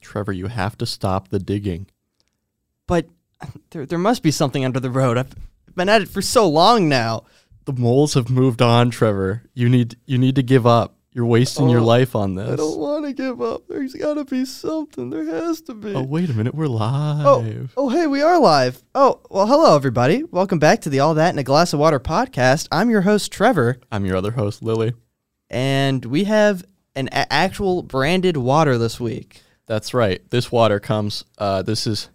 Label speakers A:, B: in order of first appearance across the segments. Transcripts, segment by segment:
A: Trevor, you have to stop the digging.
B: But there, there must be something under the road. I've been at it for so long now.
A: The moles have moved on, Trevor. You need you need to give up. You're wasting your
B: Oh,
A: life on this.
B: want to give up. There's got to be something. There has to be.
A: Oh wait a minute, we're live.
B: Oh, oh, hey, we are live. Oh, well, hello, everybody. Welcome back to the All That in a Glass of Water podcast. I'm your host, Trevor,
A: I'm your other host, Lily.
B: and we have an a- actual branded water this week.
A: That's right. This water comes. Uh, this is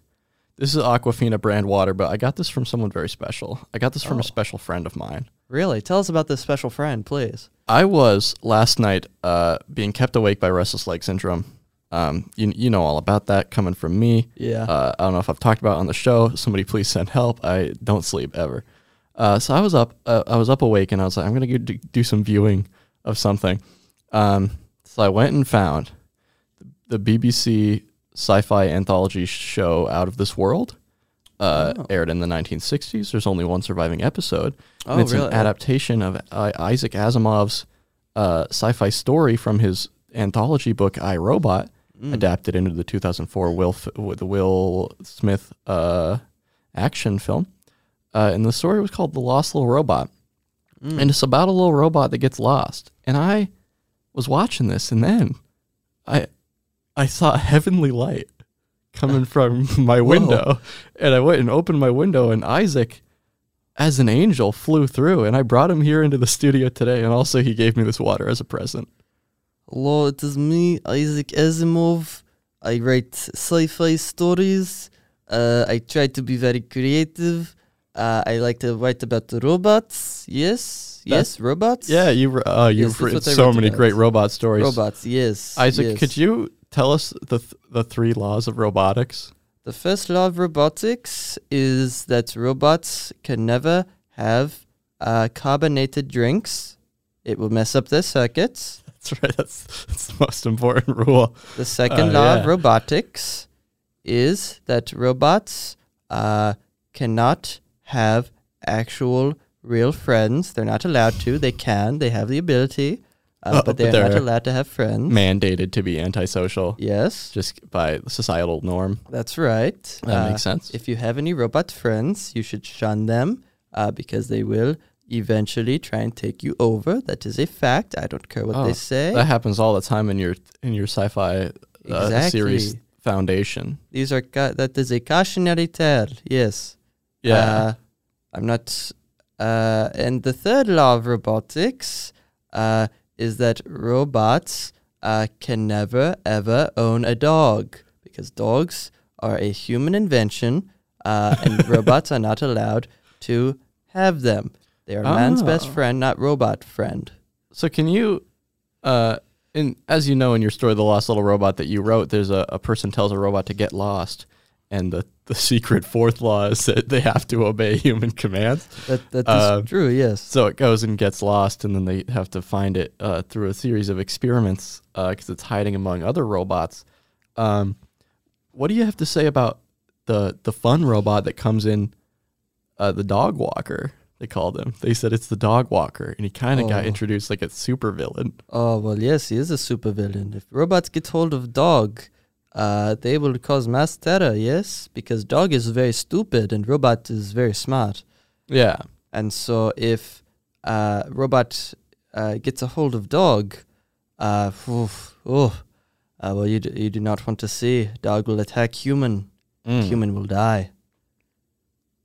A: this is Aquafina brand water, but I got this from someone very special. I got this
B: Oh.
A: from a special friend of mine.
B: Really? Tell us about this special friend, please.
A: I was last night uh, being kept awake by restless leg syndrome. Um, you you know all about that coming from me.
B: Yeah.
A: Uh, I don't know if I've talked about it on the show. Somebody please send help. I don't sleep ever. Uh, so I was up. Uh, I was up awake, and I was like, I'm gonna go do, do some viewing of something. Um, so I went and found the BBC sci-fi anthology show Out of This World. Uh, Aired in the 1960s. There's only one surviving episode.
B: Oh,
A: and it's
B: really?
A: an adaptation of uh, Isaac Asimov's uh, sci-fi story from his anthology book I Robot,
B: Mm.
A: adapted into the 2004 Will F- with the Will Smith uh, action film. Uh, and the story was called The Lost Little Robot,
B: Mm.
A: and it's about a little robot that gets lost. And I was watching this, and then I I saw a heavenly light coming from my window. And I went and opened my window and Isaac as an angel flew through and I brought him here into the studio today and also he gave me this water as a present.
B: Hello, it is me, Isaac Asimov. I write sci-fi stories. Uh, I try to be very creative. Uh, I like to write about the robots. Yes, yes, robots.
A: Yeah, you wr- uh,
B: Yes,
A: you've
B: that's
A: written
B: what I
A: so
B: wrote
A: many
B: about.
A: great robot stories.
B: robots. Yes,
A: Isaac,
B: yes.
A: could you tell us the th- the three laws of robotics?
B: The first law of robotics is that robots can never have uh, carbonated drinks. It will mess up their circuits.
A: That's right. That's, that's the most important rule.
B: The second
A: Uh,
B: law of
A: yeah.
B: robotics is that robots uh, cannot have actual real friends. They're not allowed to. They can. They have the ability, uh,
A: Uh,
B: but
A: but
B: they're, not
A: they're-
B: allowed to have friends.
A: Mandated to be antisocial
B: Yes,
A: just by societal norm.
B: that's right.
A: That
B: Uh,
A: makes sense.
B: If you have any robot friends, you should shun them uh, because they will eventually try and take you over. That is a fact. I don't care what
A: Oh,
B: they say.
A: That happens all the time in your in your sci-fi uh, series
B: Exactly.
A: Foundation.
B: These are ca- that is a cautionary tale. Yes.
A: Yeah,
B: Uh, I'm not. Uh, and the third law of robotics uh, is that robots uh, can never, ever own a dog because dogs are a human invention uh, and robots are not allowed to have them. They are man's best
A: Oh.
B: friend, not robot friend.
A: So can you, uh, in as you know in your story, the lost little robot that you wrote, there's a, a person tells a robot to get lost, and the the secret fourth law is that they have to obey human commands.
B: That, that is
A: Uh,
B: true, yes.
A: So it goes and gets lost, and then they have to find it uh, through a series of experiments because it's hiding among other robots. Um, what do you have to say about the the fun robot that comes in? Uh, the dog walker, they called him. They said it's the dog walker, and he kind of got
B: Oh.
A: introduced like a super villain.
B: Oh, well, yes, he is a supervillain. If robots get hold of dog, uh, they will cause mass terror, yes? Because dog is very stupid and robot is very smart.
A: Yeah,
B: And so if uh, robot uh, gets a hold of dog, uh, oof, oh, uh, well, you, d- you do not want to see. Dog will attack human.
A: Hmm. Mm.
B: Human will die.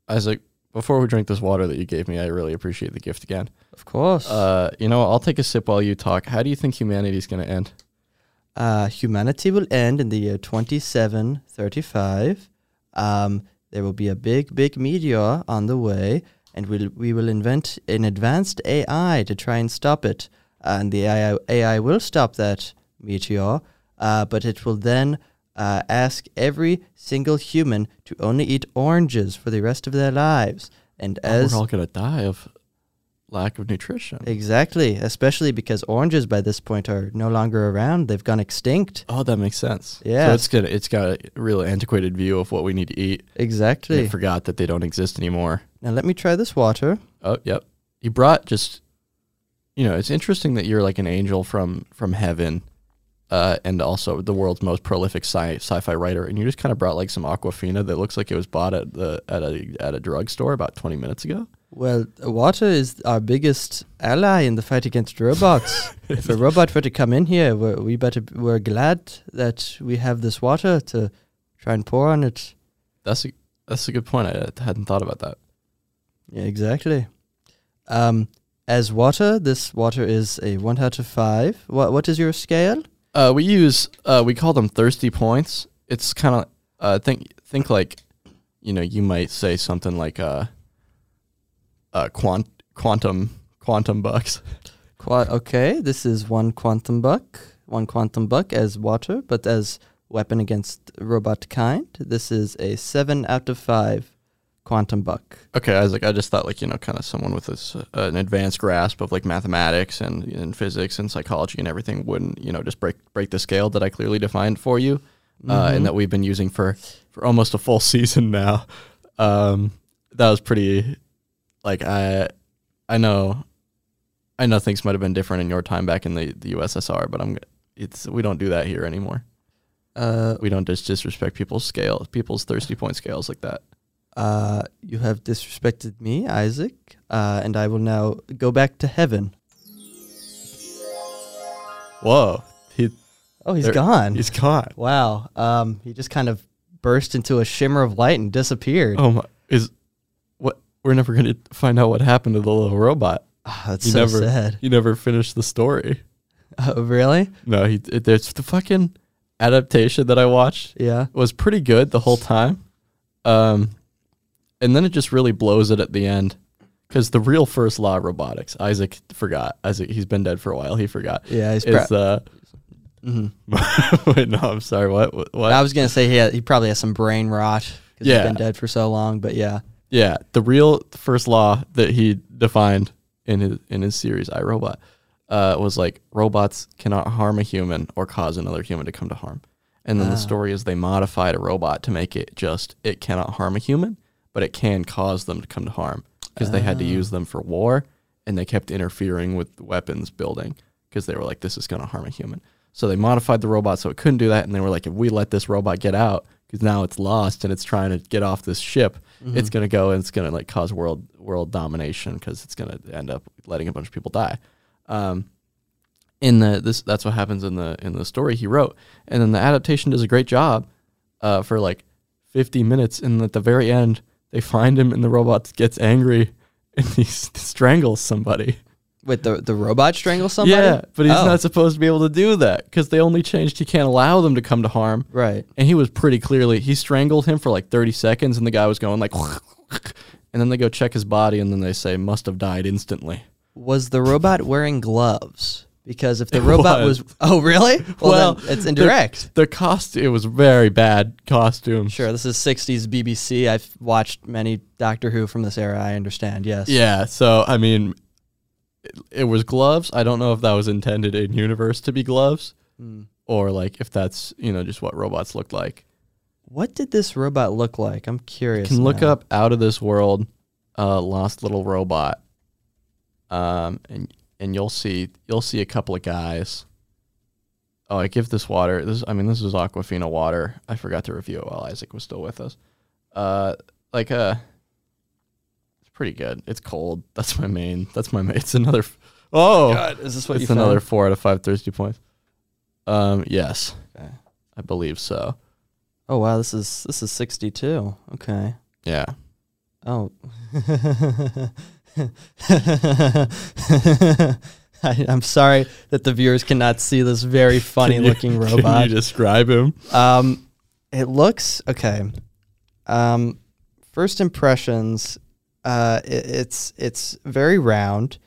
A: Isaac. Before we drink this water that you gave me, I really appreciate the gift again.
B: Of course. Uh,
A: Uh, you know, I'll take a sip while you talk. How do you think humanity's going to end?
B: uh, humanity will end in the year 2735. Um, there will be a big, big meteor on the way, and we'll, we will invent an advanced AI to try and stop it. And the AI, AI will stop that meteor, uh, but it will then uh, ask every single human to only eat oranges for the rest of their lives. And as
A: We're all going to die of lack of nutrition.
B: Exactly, especially because oranges by this point are no longer around. They've gone extinct.
A: Oh, that makes sense.
B: Yeah.
A: So it's gonna it's got a real antiquated view of what we need to eat. And
B: Exactly.
A: They forgot that they don't exist anymore.
B: Now let me try this water.
A: Oh, yep. You brought just you know, it's interesting that you're like an angel from from heaven uh, and also the world's most prolific sci- sci-fi writer. And you just kind of brought like some Aquafina that looks like it was bought at the at a at a drugstore about 20 minutes ago.
B: Well, uh, water is our biggest ally in the fight against robots. if a robot were to come in here, we're, we better we're glad that we have this water to try and pour on it.
A: That's a that's a good point. I hadn't thought about that.
B: Yeah, exactly. Um, as water, this water is a one out of five. What what is your scale?
A: Uh, we use uh, we call them thirsty points. It's kind of uh, think think like you know you might say something like uh, uh quant quantum quantum bucks.
B: Qua- okay, this is one quantum buck, one quantum buck as water, but as weapon against robot kind, this is a seven out of five quantum buck.
A: Okay, I was like I just thought like you know kind of someone with this uh, an advanced grasp of like mathematics and, and physics and psychology and everything wouldn't you know just break break the scale that I clearly defined for you uh,
B: Mm-hmm.
A: and that we've been using for for almost a full season now. Um, that was pretty like I I know I know things might have been different in your time back in the, the USSR, but I'm it's we don't do that here anymore.
B: Uh,
A: We don't just disrespect people's scale people's thirsty point scales like that.
B: uh, you have disrespected me, Isaac, uh, and I will now go back to heaven.
A: Whoa. He,
B: Oh, he's
A: There-
B: gone.
A: he's gone.
B: wow. Um, he just kind of burst into a shimmer of light and disappeared.
A: Oh my! Is what we're never going to find out what happened to the little robot.
B: Ah, that's
A: He
B: so
A: never
B: sad.
A: he never finished the story.
B: Oh, really?
A: No, he it, there's the fucking adaptation that I watched
B: Yeah.
A: was pretty good the whole time, um, and then it just really blows it at the end because the real first law of robotics Isaac forgot Isaac he's been dead for a while he forgot
B: Yeah, he's
A: is
B: proud. Mm-hmm.
A: uh wait no I'm sorry what what
B: I was gonna say he had, he probably has some brain rot because
A: Yeah.
B: he's been dead for so long. But yeah,
A: Yeah, the real first law that he defined in his in his series I Robot uh, was like robots cannot harm a human or cause another human to come to harm. And then the story is they modified a robot to make it just it cannot harm a human, but it can cause them to come to harm because they had to use them for war and they kept interfering with the weapons building because they were like this is going to harm a human. So they modified the robot so it couldn't do that and they were like if we let this robot get out because now it's lost and it's trying to get off this ship, it's going to go and it's going to like cause world world domination because it's going to end up letting a bunch of people die. Um, in the this that's what happens in the in the story he wrote and then the adaptation does a great job uh, for like 50 minutes and at the very end they find him and the robot gets angry and he s- strangles somebody
B: wait, the the robot strangles somebody.
A: yeah but he's
B: Oh,
A: not supposed to be able to do that because they only changed he can't allow them to come to harm
B: right.
A: and he was pretty clearly he strangled him for like 30 seconds and the guy was going like and then they go check his body and then they say must have died instantly
B: Was the robot wearing gloves? Because if the robot was. oh really? Well,
A: Well,
B: then it's indirect.
A: the cost it was very bad costume
B: Sure, this is '60s BBC. I've watched many Doctor Who from this era. I understand. Yes.
A: Yeah, so I mean, it, it was gloves. I don't know if that was intended in universe to be gloves,
B: Hmm.
A: or like if that's you know just what robots looked like.
B: What did this robot look like? I'm curious.
A: Can look
B: now.
A: up out of this world, uh, lost little robot, um, and and you'll see you'll see a couple of guys. Oh, I give this water. This I mean, this is Aquafina water. I forgot to review it while Isaac was still with us. Uh, like uh, it's pretty good. It's cold. That's my main. That's my main. It's another. f- Oh,
B: God, is this what
A: it's
B: you
A: another
B: found?
A: four out of five thirsty points. Um, yes,
B: Okay.
A: I believe so.
B: Oh wow, this is this is '62. Okay.
A: Yeah,
B: Oh. I, I'm sorry that the viewers cannot see this very funny
A: Can you-
B: looking
A: Can
B: robot.
A: you describe him?
B: um, it looks okay. Um, first impressions. Uh, i it's it's very round.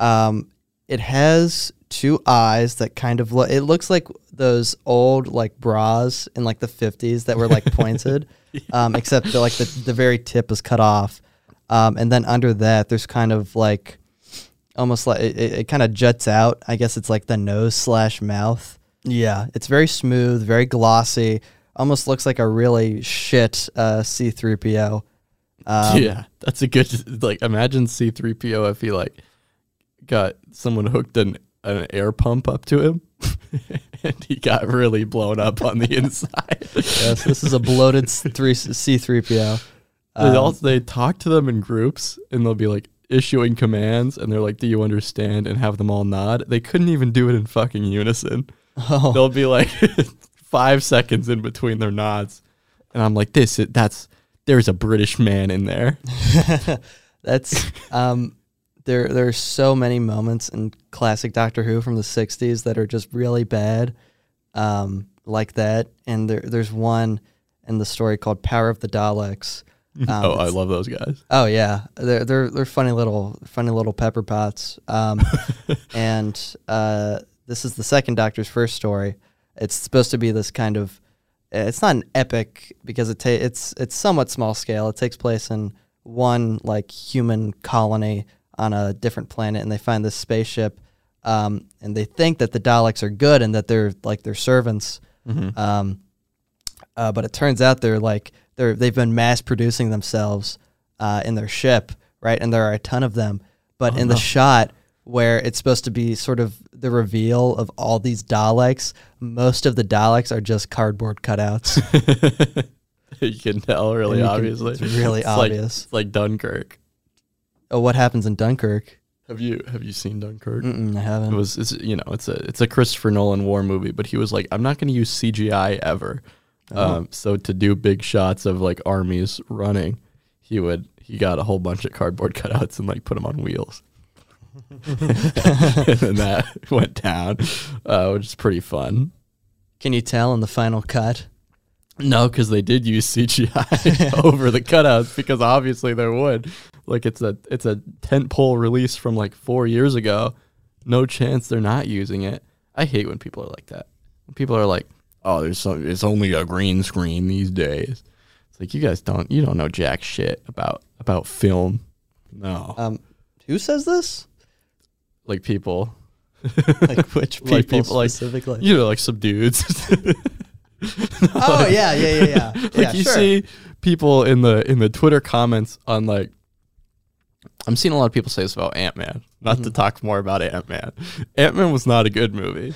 B: Um, it has two eyes that kind of look. It looks like those old like bras in like the fifties that were like pointed, um, except that, like the the very tip is cut off. Um, and then under that, there's kind of like almost like it, it, it kind of juts out. I guess it's like the nose slash mouth. Yeah, it's very smooth, very glossy. Almost looks like a really shit uh, C3PO. Um,
A: yeah, that's a good. Like, imagine C three PO if he like got someone hooked an an air pump up to him, and he got really blown up on the inside.
B: Yes, this is a bloated s- three C three PO. Um,
A: they also they talk to them in groups, and they'll be like issuing commands, and they're like, "Do you understand?" and have them all nod. They couldn't even do it in fucking unison.
B: Oh.
A: They'll be like five seconds in between their nods, and I'm like, "This is, that's there's a British man in there."
B: That's um, there. There are so many moments in classic Doctor Who from the '60s that are just really bad, um, like that. And there, there's one in the story called "Power of the Daleks." Um,
A: oh, I
B: it's-
A: love those guys.
B: oh yeah, they're they're they're funny little funny little pepper pots. Um, and uh, this is the second Doctor's first story. It's supposed to be this kind of. It's not an epic because it ta- it's it's somewhat small scale. It takes place in one like human colony on a different planet, and they find this spaceship, um, and they think that the Daleks are good and that they're like their servants. Um, uh, but it turns out they're like they're they've been mass producing themselves uh, in their ship, right? And there are a ton of them.
A: Oh,
B: But in the shot where it's supposed to be sort of the reveal of all these Daleks, most of the Daleks are just cardboard cutouts.
A: you can tell really
B: You can-
A: obviously.
B: it's really
A: It's like-
B: obvious.
A: it's like Dunkirk.
B: oh, what happens in Dunkirk?
A: Have you have you seen Dunkirk?
B: Mm-mm, I
A: It
B: haven't.
A: was it's you know it's a it's a Christopher Nolan war movie, but he was like, I'm not going to use CGI ever. Um, so to do big shots of like armies running, he would he got a whole bunch of cardboard cutouts and like put them on wheels. and then that went down, uh, which is pretty fun.
B: Can you tell in the final cut?
A: No, because they did use CGI over the cutouts because obviously there would. Like it's a it's a tentpole release from like four years ago. No chance they're not using it. I hate when people are like that. When people are like, "Oh, there's some, it's only a green screen these days." It's like you guys don't you don't know jack shit about about film. No,
B: Um, who says this?
A: like people,
B: Like which people,
A: Like people, like-
B: specifically?
A: you know, like some dudes.
B: oh yeah, yeah, yeah, yeah.
A: like
B: yeah
A: you
B: sure.
A: see people in the in the Twitter comments on like I'm seeing a lot of people say this about Ant Man. Not
B: Mm-hmm.
A: to talk more about Ant Man. Ant Man was not a good movie.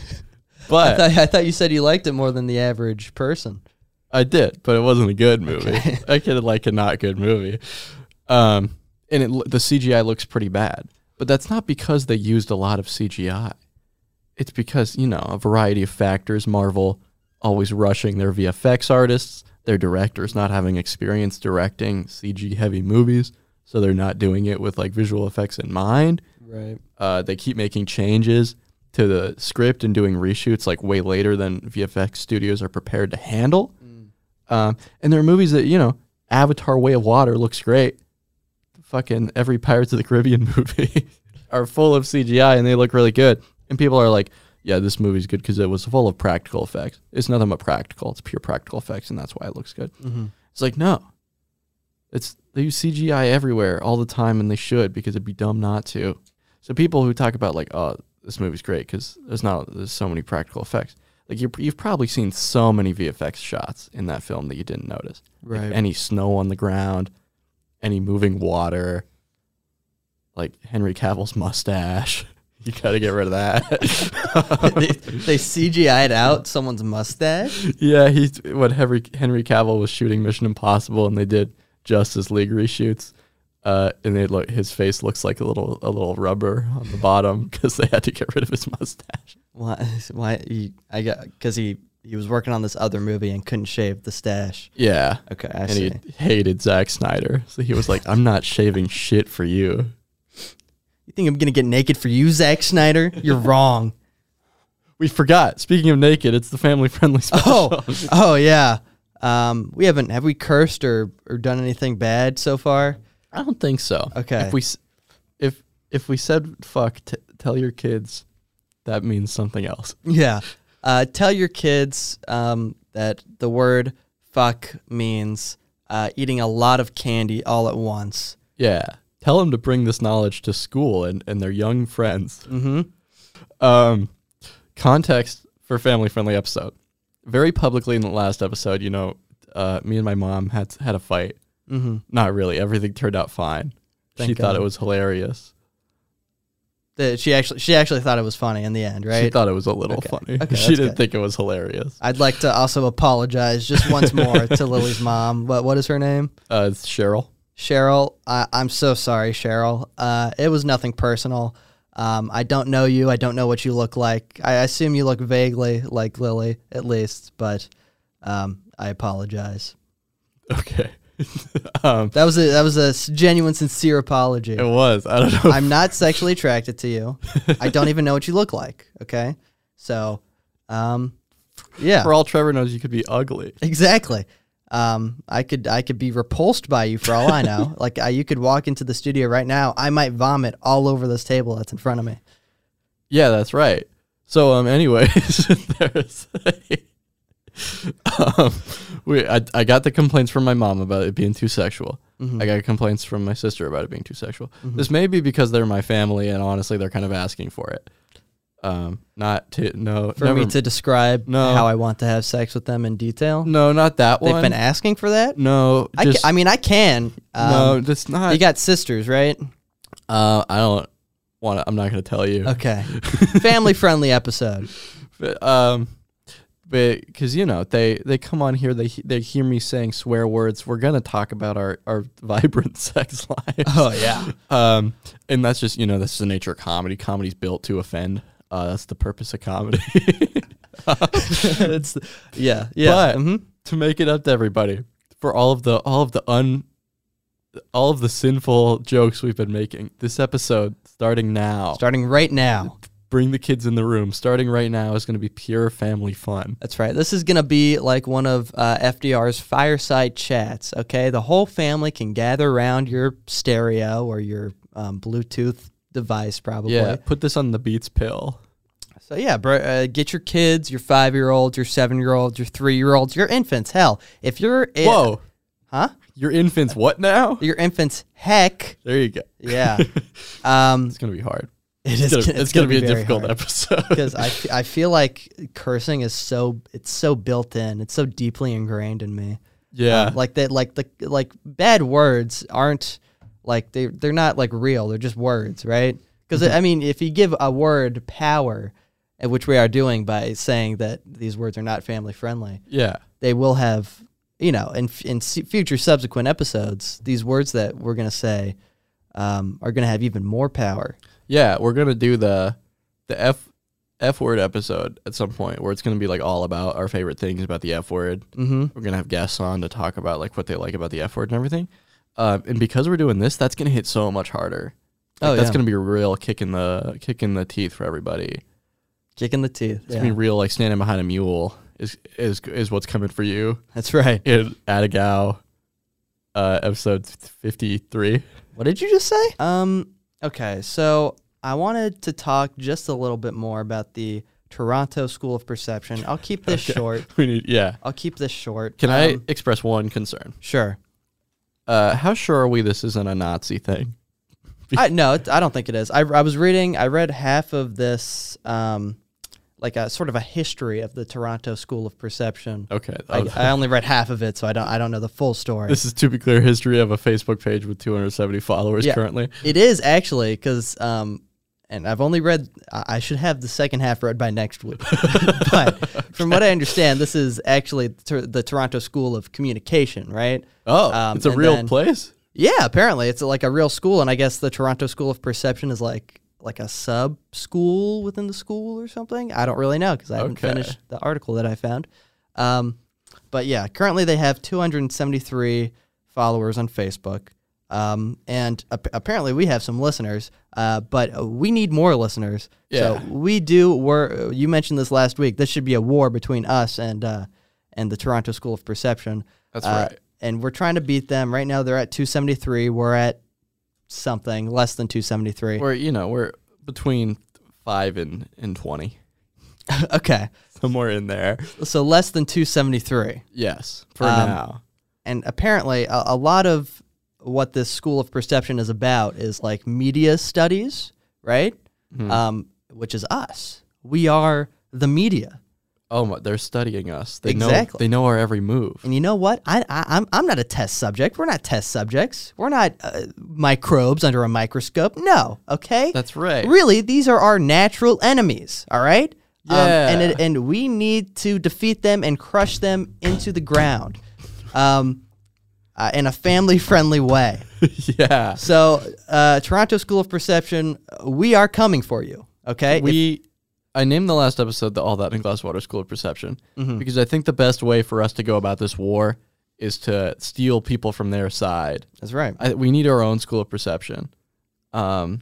A: But
B: I
A: I,
B: thought, I thought you said you liked it more than the average person.
A: did, but it wasn't a good movie. I could like a not good movie. Um and it, lo- the CGI looks pretty bad. But that's not because they used a lot of CGI. It's because, you know, a variety of factors, Marvel always rushing their VFX artists, their directors not having experience directing CG heavy movies, so they're not doing it with like visual effects in mind.
B: Right.
A: Uh, they keep making changes to the script and doing reshoots like way later than VFX studios are prepared to handle. Um, and there are movies that you know, Avatar: Way of Water looks great. Fucking every Pirates of the Caribbean movie are full of CGI and they look really good. And people are like, "Yeah, this movie's good because it was full of practical effects. It's nothing but practical. It's pure practical effects, and that's why it looks good."
B: Mm-hmm.
A: It's like no, it's they use CGI everywhere all the time, and they should because it'd be dumb not to. So people who talk about like, oh, this movie's great because there's not there's so many practical effects. Like you you've probably seen so many VFX shots in that film that you didn't notice. Like,
B: Right.
A: any snow on the ground, any moving water, like Henry Cavill's mustache. You gotta get rid of
B: they,
A: that.
B: they CGI'd out someone's mustache.
A: yeah, he when Henry Henry Cavill was shooting Mission Impossible and they did Justice League reshoots, uh, and they look his face looks like a little a little rubber on the bottom because they had to get rid of his mustache.
B: Why? Why? He, I got because he he was working on this other movie and couldn't shave the stash.
A: Yeah,
B: Okay, I
A: and
B: see.
A: he hated Zack Snyder, so he was like, "I'm not shaving shit for you."
B: you think I'm gonna get naked for you, Zack Snyder? You're wrong.
A: We forgot. Speaking of naked, it's the family friendly special.
B: Oh, oh yeah. Um, we haven't have we cursed or or done anything bad so far?
A: I don't think so.
B: Okay.
A: If we s- if if we said fuck, t- tell your kids that means something else.
B: Yeah. Uh, tell your kids um, that the word fuck means uh, eating a lot of candy all at once.
A: Yeah. Tell them to bring this knowledge to school and, and their young friends. Mm-hmm. Um, context for family friendly episode. Very publicly in the last episode, you know, uh, me and my mom had had a fight. Mm-hmm. Not really. Everything turned out fine. she
B: Thank
A: thought
B: God.
A: it was hilarious.
B: The, she actually she actually thought it was funny in the end, right?
A: She thought it was a little
B: Okay.
A: funny.
B: Okay,
A: she
B: that's
A: didn't
B: good.
A: think it was hilarious.
B: I'd like to also apologize just once more to Lily's mom. What what is her name?
A: Uh, it's Cheryl.
B: Cheryl, I, I'm so sorry, Cheryl. Uh, it was nothing personal. Um, I don't know you. I don't know what you look like. I assume you look vaguely like Lily, at least, but um, I apologize.
A: Okay. um,
B: That was a, that was a s- genuine, sincere apology.
A: it was. I don't know.
B: I'm not sexually attracted to you. I don't even know what you look like. Okay, so um, yeah,
A: for all Trevor knows, you could be ugly.
B: Exactly. Um, I could I could be repulsed by you for all I know. like I, you could walk into the studio right now, I might vomit all over this table that's in front of me.
A: Yeah, that's right. So, um, anyways, there's um, we I, I got the complaints from my mom about it being too sexual.
B: Mm-hmm.
A: I got complaints from my sister about it being too sexual. This may be because they're my family, and honestly, they're kind of asking for it. Um, not to no
B: For
A: never-
B: me to describe
A: No.
B: how I want to have sex with them in detail,
A: no, not that
B: they've
A: one.
B: been asking for that.
A: no,
B: I, ca-
A: just
B: I mean, I can. Um,
A: no, just not.
B: you got sisters, right?
A: uh, I don't want. to I'm not going to tell you.
B: Okay, family friendly episode.
A: But, um, but because you know they they come on here, they he- they hear me saying swear words. We're gonna talk about our our vibrant sex lives.
B: Oh, yeah,
A: Um, and that's just you know that's the nature of comedy. Comedy's built to offend. Uh, that's the purpose of comedy.
B: it's yeah, yeah.
A: But-
B: mhm.
A: to make it up to everybody for all of the all of the un all of the sinful jokes we've been making. This episode starting now.
B: Starting right now.
A: bring the kids in the room. Starting right now is going to be pure family fun.
B: That's right. This is going to be like one of uh, FDR's fireside chats, okay? The whole family can gather around your stereo or your um, Bluetooth device, probably.
A: Yeah, Oh, put this on the Beats pill.
B: So, yeah, bro, uh, get your kids, your five year olds, your seven year olds, your three year olds, your infants. Hell, if you're. i-
A: Whoa.
B: Huh?
A: Your infant's what now?
B: Your infants, heck.
A: There you go.
B: Yeah. um,
A: It's gonna be hard.
B: it
A: It's
B: is
A: gonna,
B: gonna-
A: it's gonna,
B: gonna
A: be, a
B: very
A: difficult
B: hard.
A: episode.
B: because I, f- I feel like cursing is so it's so built in it's so deeply ingrained in me
A: yeah,
B: Um, like that like the like bad words aren't like they they're not like real they're just words right because
A: Mm-hmm.
B: i mean if you give a word power and which we are doing by saying that these words are not family friendly
A: yeah,
B: they will have you know in f- in s- future subsequent episodes these words that we're going to say um, are going to have even more power
A: yeah. We're gonna do the the f f word episode at some point where it's gonna be like all about our favorite things about the f word.
B: mm-hmm.
A: We're gonna have guests on to talk about like what they like about the f word and everything. Um, and because we're doing this, that's gonna hit so much harder. Like,
B: Oh,
A: that's
B: yeah.
A: gonna be a real kick in the kick in the teeth for everybody.
B: kick in the teeth
A: It's
B: Yeah.
A: gonna be real like standing behind a mule is is is what's coming for you.
B: that's right
A: in Atticow, uh, episode 53.
B: What did you just say? Um. Okay, so I wanted to talk just a little bit more about the Toronto School of Perception. I'll keep this short.
A: We need, yeah.
B: I'll keep this short.
A: Can I
B: Um,
A: express one concern?
B: Sure.
A: Uh, how sure are we this isn't a Nazi thing?
B: I no, it, I don't think it is. I I was reading. I read half of this, um, like a sort of a history of the Toronto School of Perception.
A: Okay.
B: I,
A: uh,
B: I only read half of it, so I don't I don't know the full story.
A: this is, to be clear, history of a Facebook page with 270 followers
B: Yeah.
A: currently.
B: It is actually because, um, and I've only read. I I should have the second half read by next week, but from what I understand, this is actually t- the Toronto School of Communication, right?
A: Oh,
B: Um,
A: it's a
B: and
A: real
B: then-
A: place?
B: Yeah, apparently it's like a real school, and I guess the Toronto School of Perception is like like a sub school within the school or something. I don't really know because I haven't
A: Okay.
B: finished the article that I found. Um, but yeah, currently they have 273 followers on Facebook, um, and ap- apparently we have some listeners. Uh, but uh, we need more listeners.
A: Yeah.
B: So we do. We're you mentioned this last week. This should be a war between us and uh, and the Toronto School of Perception.
A: That's
B: Uh,
A: right.
B: And we're trying to beat them. Right now they're at 273. We're at something less than 273.
A: We're, you know, we're between 5 and, and 20.
B: okay.
A: Somewhere in there.
B: So less than 273.
A: Yes, for
B: Um,
A: now.
B: And apparently a, a lot of what this school of perception is about is like media
A: Mm-hmm.
B: studies, right? Um, which is us. We are the media.
A: Oh my, they're studying us. They know
B: Exactly.
A: they know our every move.
B: And you know what? I, I I'm I'm not a test subject. We're not test subjects. We're not uh, microbes under a microscope. No. Okay.
A: That's right.
B: Really, these are our natural enemies. All right. Um, and
A: Yeah.
B: it, and we need to defeat them and crush them into the ground, um, uh, in a family-friendly way.
A: yeah.
B: So, uh, Toronto School of Perception, we are coming for you. Okay. If-
A: We I named the last episode the All That in Glasswater School of Perception because I think the best way for us to go about this war is to steal people from their side.
B: that's right.
A: I, we need our own school of perception. Um,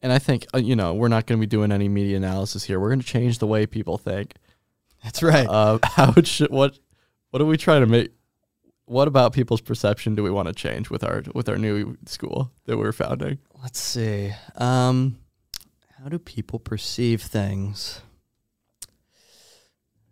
A: and I think uh, you know we're not going to be doing any media analysis here. We're going to change the way people think.
B: That's right.
A: Uh, how it should, what what are we trying to make? What about people's perception do we want to change with our with our new school that we're founding?
B: Let's see. Um, how do people perceive things?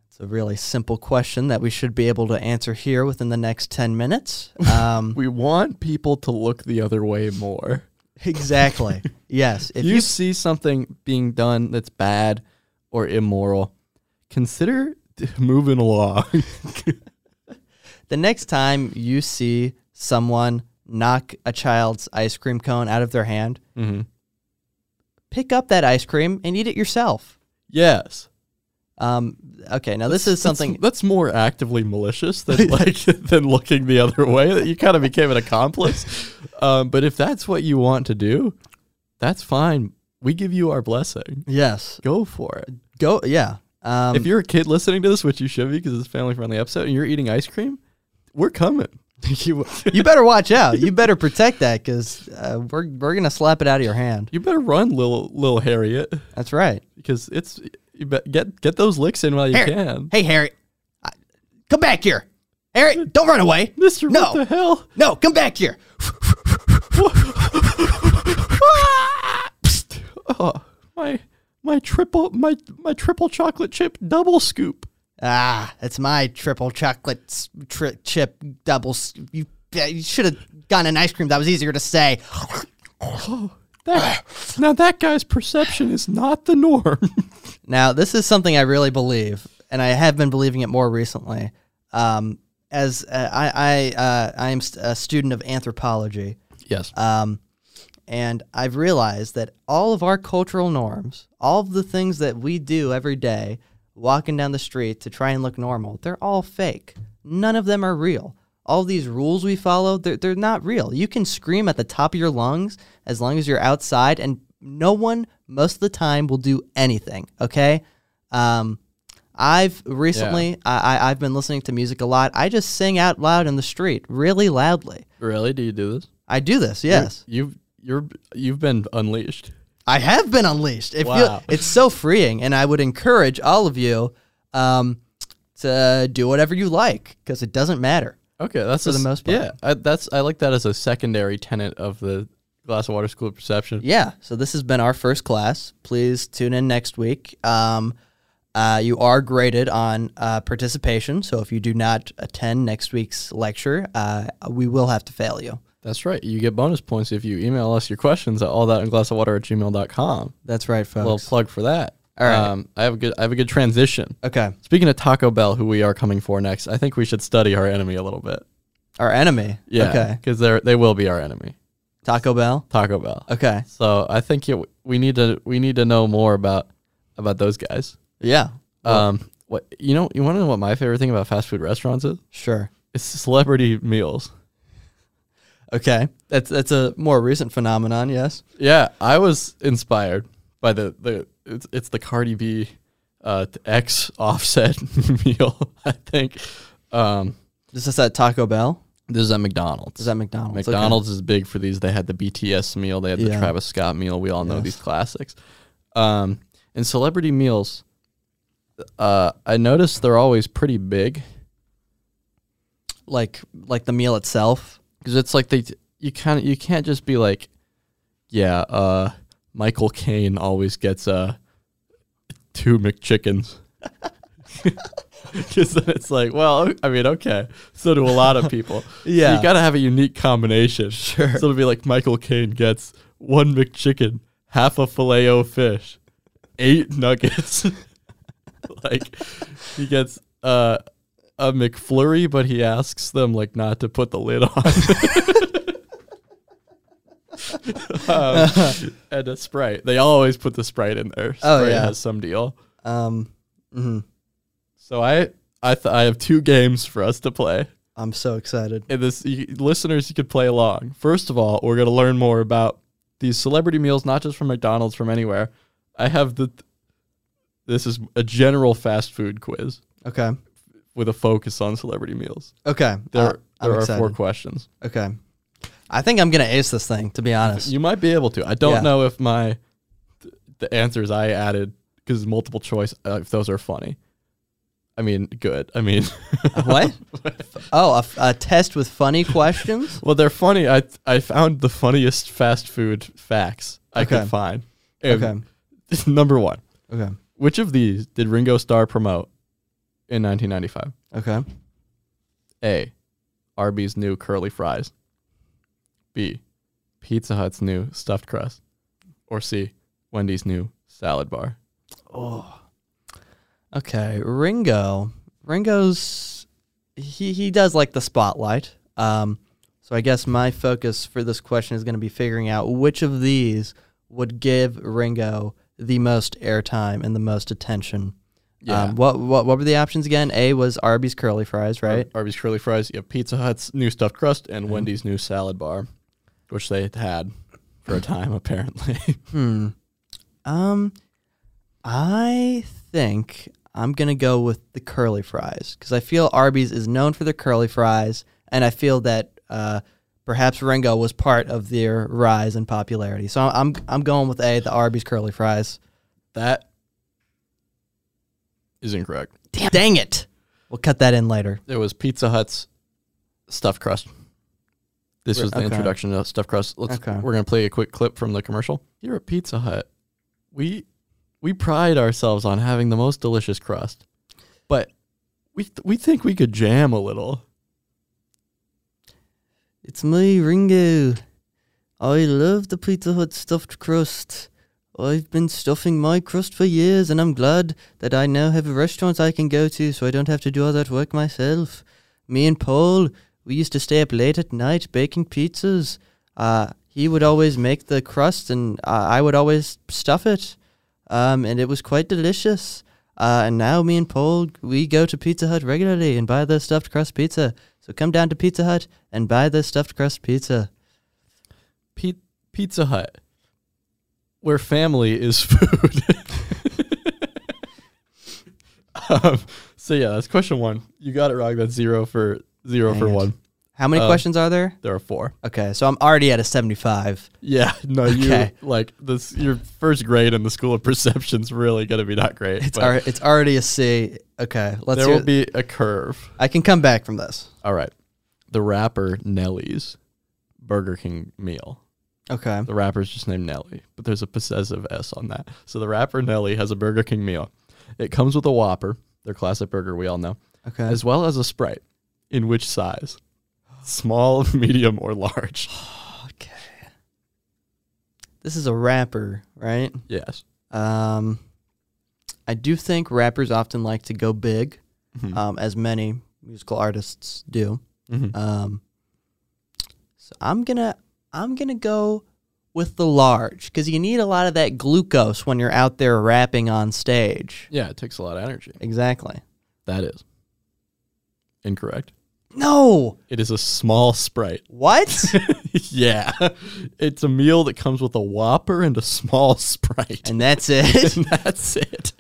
B: It's a really simple question that we should be able to answer here within the next 10 minutes. Um,
A: We want people to look the other way more.
B: exactly. Yes. If
A: If you, see something being done that's bad or immoral, consider moving along.
B: the next time you see someone knock a child's ice cream cone out of their hand, pick up that ice cream and eat it yourself.
A: Yes.
B: Um, okay. Now, this is something.
A: that's, that's more actively malicious than like than looking the other way. That you kind of became an accomplice. Um, but if that's what you want to do, that's fine. We give you our blessing.
B: Yes.
A: Go for it.
B: Go. Yeah. Um,
A: if you're a kid listening to this, which you should be because it's a family friendly episode, and you're eating ice cream, we're coming. you,
B: you better watch out. You better protect that because uh, we're, we're gonna slap it out of your hand.
A: you better run, little little Harriet,
B: That's right.
A: because it's you bet, get get those licks in while you
B: Harriet.
A: can.
B: Hey, Harry, I- come back here. Harry, don't run away.
A: Mister,
B: No.
A: what the hell?
B: No, come back here.
A: Psst. oh, my my triple my my triple chocolate chip double scoop.
B: Ah, that's my triple chocolate s- tri- chip double. s- You, yeah, you should have gotten an ice cream. That was easier to say.
A: That, now that guy's perception is not the norm.
B: Now, this is something I really believe, and I have been believing it more recently. Um, as uh, I, I, uh, I am st- a student of anthropology.
A: Yes.
B: Um, and I've realized that all of our cultural norms, all of the things that we do every day, walking down the street to try and look normal, they're all fake. None of them are real. All these rules we follow, they're, they're not real. You can scream at the top of your lungs as long as you're outside, and no one, most of the time, will do anything, okay? Um, I've recently, I, I, I've been listening to music a lot. I just sing out loud in the street, really loudly.
A: really? Do you do this?
B: I do this, yes.
A: You've you're you've been unleashed.
B: I have been unleashed. It feel-
A: Wow.
B: it's so freeing, and I would encourage all of you um, to do whatever you like because it doesn't matter.
A: Okay, that's
B: For the
A: a s-
B: most part.
A: Yeah, I, that's I like that as a secondary tenet of the glass of water school of perception.
B: Yeah. So this has been our first class. Please tune in next week. Um, uh, you are graded on uh, participation, so if you do not attend next week's lecture, uh, we will have to fail you.
A: That's right. You get bonus points if you email us your questions at all that in glass of water at gmail.com.
B: That's right, folks.
A: Little plug for that.
B: All right.
A: Um, I have a good I have a good transition.
B: okay.
A: Speaking of Taco Bell, who we are coming for next, I think we should study our enemy a little bit.
B: Our enemy.
A: Yeah,
B: Okay.
A: because they're they will be our enemy,
B: Taco Bell.
A: Taco Bell.
B: Okay.
A: So I think it, we need to we need to know more about about those guys.
B: Yeah.
A: Um, what you know you want to know what my favorite thing about fast food restaurants is?
B: Sure.
A: It's celebrity meals.
B: Okay. That's that's a more recent phenomenon. Yes.
A: Yeah, I was inspired by the the it's, it's the Cardi B uh, X Offset meal. I think um,
B: Is this at Taco Bell?
A: this is at McDonald's.
B: Is that McDonald's? Okay.
A: McDonald's is big for these. They had the BTS meal, they had the
B: Yeah.
A: Travis Scott meal. We all know
B: Yes.
A: these classics. Um, and celebrity meals, uh, I noticed they're always pretty big
B: Like like the meal itself.
A: because it's like they you kind of you can't just be like, yeah, uh, Michael Caine always gets uh, two McChickens. Because then it's like, well, I mean, okay. So do a lot of people.
B: Yeah.
A: you gotta have a unique combination. Sure. So it'll be like Michael Caine gets one McChicken, half a filet o fish, eight nuggets. like he gets uh, a McFlurry, but he asks them like not to put the lid on. um, and a sprite. They always put the sprite in there. Sprite
B: Oh, yeah.
A: has some deal.
B: Um, mhm.
A: So I I th- I have two games for us to play.
B: I'm so excited.
A: And this you, listeners, you could play along. First of all, we're gonna learn more about these celebrity meals, not just from McDonald's, from anywhere. I have the. This is a general fast food quiz
B: Okay.
A: with a focus on celebrity meals.
B: Okay.
A: There,
B: I- I'm
A: there are
B: excited.
A: four questions.
B: Okay. I think I'm gonna ace this thing, to be honest.
A: You might be able to. I don't
B: Yeah.
A: know if my th- the answers I added because multiple choice uh, if those are funny. I mean, good. I mean,
B: what? Oh, a, f- a test with funny questions.
A: well, they're funny. I I found the funniest fast food facts I
B: Okay.
A: could find.
B: Okay.
A: And Number one,
B: Okay.
A: which of these did Ringo Starr promote in 1995?
B: Okay.
A: A. Arby's new curly fries. B. Pizza Hut's new stuffed crust. Or C. Wendy's new salad bar.
B: Oh. Okay, Ringo. Ringo's he he does like the spotlight. Um so I guess my focus for this question is going to be figuring out which of these would give Ringo the most airtime and the most attention.
A: Yeah.
B: Um, what, what what were the options again? A was Arby's curly fries,
A: Ar-
B: right? Mm-hmm.
A: Arby's curly fries. You have Pizza Hut's new stuffed crust and Wendy's new salad bar, which they had had for a time apparently.
B: Hmm. Um, I think I'm gonna go with the curly fries because I feel Arby's is known for their curly fries, and I feel that uh, perhaps Ringo was part of their rise in popularity. So I'm I'm going with A, the Arby's curly fries.
A: that is incorrect.
B: Damn. Dang it! We'll cut that in later.
A: It was Pizza Hut's stuffed crust. This was the
B: Okay.
A: introduction to stuffed crust. Let's,
B: Okay.
A: We're gonna play a quick clip from the commercial. Here at Pizza Hut, we we pride ourselves on having the most delicious crust, but we th- we think we could jam a little.
B: It's me, Ringo. I love the Pizza Hut stuffed crust. I've been stuffing my crust for years, and I'm glad that I now have a restaurant I can go to so I don't have to do all that work myself. Me and Paul, we used to stay up late at night baking pizzas. Uh, he would always make the crust, and uh, I would always stuff it. Um, and it was quite delicious. Uh, and now me and Paul, we go to Pizza Hut regularly and buy the stuffed crust pizza. So come down to Pizza Hut and buy the stuffed crust pizza.
A: Pi- Pizza Hut, where family is food. um, so yeah, that's question one. You got it wrong. That's zero for zero
B: Dang
A: for
B: it.
A: one.
B: How many
A: Uh,
B: questions are there?
A: There are four.
B: Okay, so I'm already at a 75.
A: Yeah, no,
B: Okay.
A: you like this. Your first grade in the school of perception's really gonna be not great.
B: It's
A: but
B: alre- it's already a C. Okay, let's
A: there
B: hear.
A: will be a curve.
B: I can come back from this.
A: All right, the rapper Nelly's Burger King meal.
B: Okay.
A: The rapper's just named Nelly, but there's a possessive S on that. So the rapper Nelly has a Burger King meal. It comes with a Whopper, their classic burger we all know,
B: Okay.
A: as well as a Sprite. In which size? Small, medium, or large?
B: okay. This is a rapper, right?
A: Yes.
B: Um I do think rappers often like to go big,
A: Mhm.
B: um, as many musical artists do.
A: Mhm.
B: Um, so I'm gonna I'm gonna go with the large because you need a lot of that glucose when you're out there rapping on stage.
A: Yeah, it takes a lot of energy.
B: Exactly.
A: That is incorrect.
B: No.
A: It is a small Sprite.
B: What?
A: yeah. It's a meal that comes with a Whopper and a small Sprite.
B: and that's it.
A: And that's it.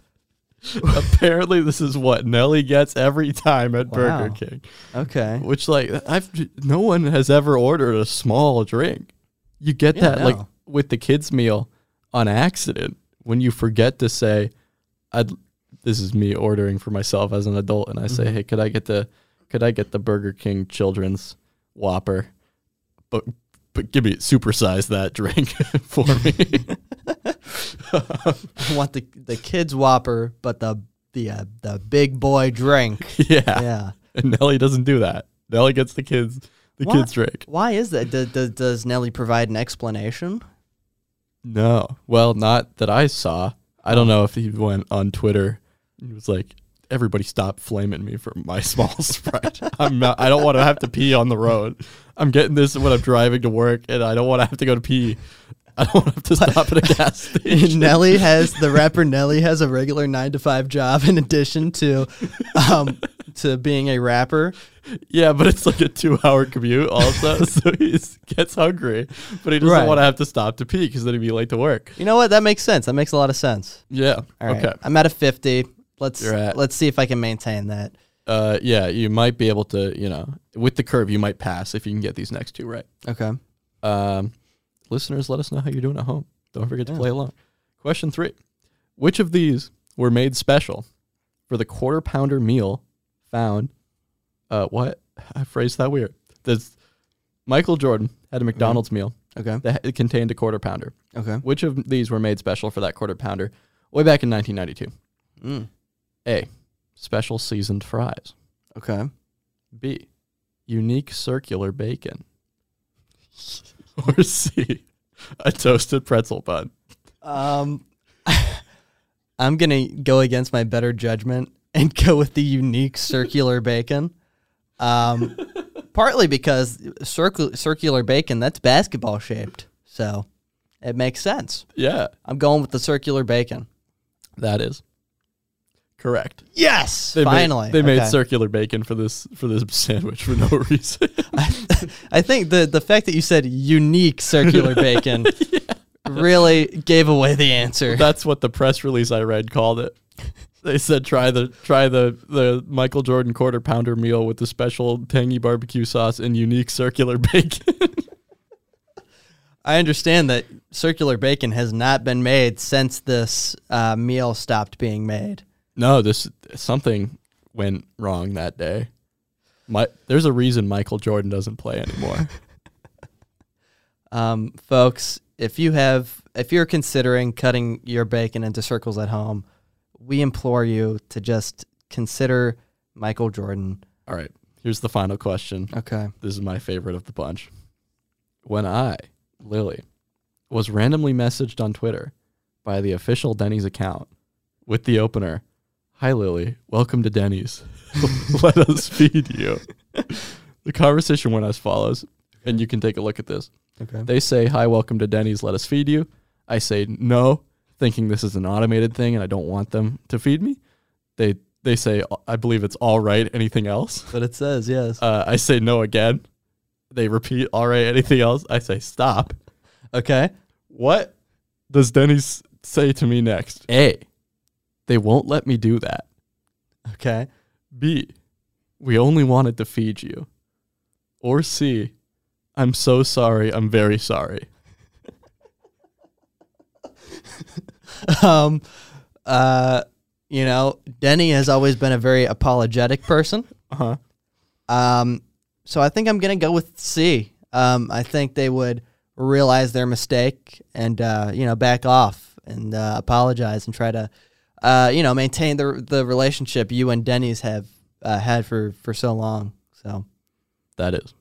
A: Apparently, this is what Nelly gets every time at
B: Wow.
A: Burger King.
B: okay.
A: Which, like, I've no one has ever ordered a small drink. You get
B: Yeah,
A: that like
B: no.
A: with the kids' meal on accident when you forget to say, "I'd." This is me ordering for myself as an adult, and I say,
B: Mm-hmm.
A: "Hey, could I get the, could I get the Burger King children's Whopper?" But but give me supersize that drink for me.
B: I want the the kids whopper, but the the uh, the big boy drink.
A: yeah.
B: yeah.
A: and Nelly doesn't do that. Nelly gets the kids the
B: What?
A: kids drink.
B: Why is that? Does, does, does Nelly provide an explanation? Oh.
A: No. Well, not that I saw. I don't know if he went on Twitter He was like, "Everybody, stop flaming me for my small sprite. I'm not. I don't want to have to pee on the road. I'm getting this when I'm driving to work, and I don't want to have to go to pee. I don't want to have to stop at a gas station.
B: Nelly has the rapper Nelly has a regular nine to five job in addition to um, to being a rapper.
A: Yeah, but it's like a two-hour commute also, so he gets hungry, but he doesn't
B: Right.
A: want to have to stop to pee because then he'd be late to work.
B: You know what? That makes sense. That makes a lot of sense.
A: Yeah.
B: All right.
A: Okay.
B: I'm at a fifty. Let's
A: You're at-
B: let's see if I can maintain that.
A: Uh, yeah, you might be able to, you know, with the curve, you might pass if you can get these next two right.
B: Okay.
A: Um, listeners, let us know how you're doing at home. Don't forget
B: Yeah.
A: to play along. Question three Which of these were made special for the quarter pounder meal found? Uh, what? I phrased that weird. This, Michael Jordan had a McDonald's meal
B: Okay.
A: that it contained a quarter pounder.
B: Okay.
A: Which of these were made special for that quarter pounder way back in 1992?
B: Mm.
A: A. Special seasoned fries.
B: Okay.
A: B. Unique circular bacon. or C. A toasted pretzel bun.
B: Um, I'm gonna go against my better judgment and go with the unique circular bacon. Um, partly because circu- circular bacon that's basketball shaped, so it makes sense.
A: Yeah,
B: I'm going with the circular bacon.
A: that is correct.
B: Yes,
A: They made-
B: finally
A: they made
B: Okay.
A: circular bacon for this for this sandwich for no reason.
B: I think the the fact that you said unique circular bacon really gave away the answer.
A: That's what the press release I read called it. They said try the try the the Michael Jordan quarter pounder meal with the special tangy barbecue sauce and unique circular bacon.
B: I understand that circular bacon has not been made since this uh, meal stopped being made.
A: no, this something went wrong that day. My, there's a reason Michael Jordan doesn't play anymore.
B: Um, folks, if you have if you're considering cutting your bacon into circles at home, we implore you to just consider Michael Jordan.
A: All right, here's the final question.
B: Okay.
A: This is my favorite of the bunch. When I, Lily, was randomly messaged on Twitter by the official Denny's account with the opener, Hi Lily, welcome to Denny's. Let us feed you. The conversation went as follows, and you can take a look at this.
B: Okay.
A: They say, Hi, welcome to Denny's, let us feed you. I say no, thinking this is an automated thing and I don't want them to feed me. They they say I believe it's all right, anything else?
B: But it says yes.
A: Uh, I say no again. They repeat, all right, anything else? I say stop.
B: Okay.
A: What does Denny's say to me next? A, they won't let me do that.
B: Okay.
A: B, we only wanted to feed you. Or C, I'm so sorry, I'm very sorry.
B: um, uh, you know, Denny has always been a very apologetic person.
A: Uh huh.
B: Um, so I think I'm gonna go with C. Um, I think they would realize their mistake and uh, you know back off and uh, apologize and try to uh, you know maintain the the relationship you and Denny's have uh, had for for so long. So
A: That is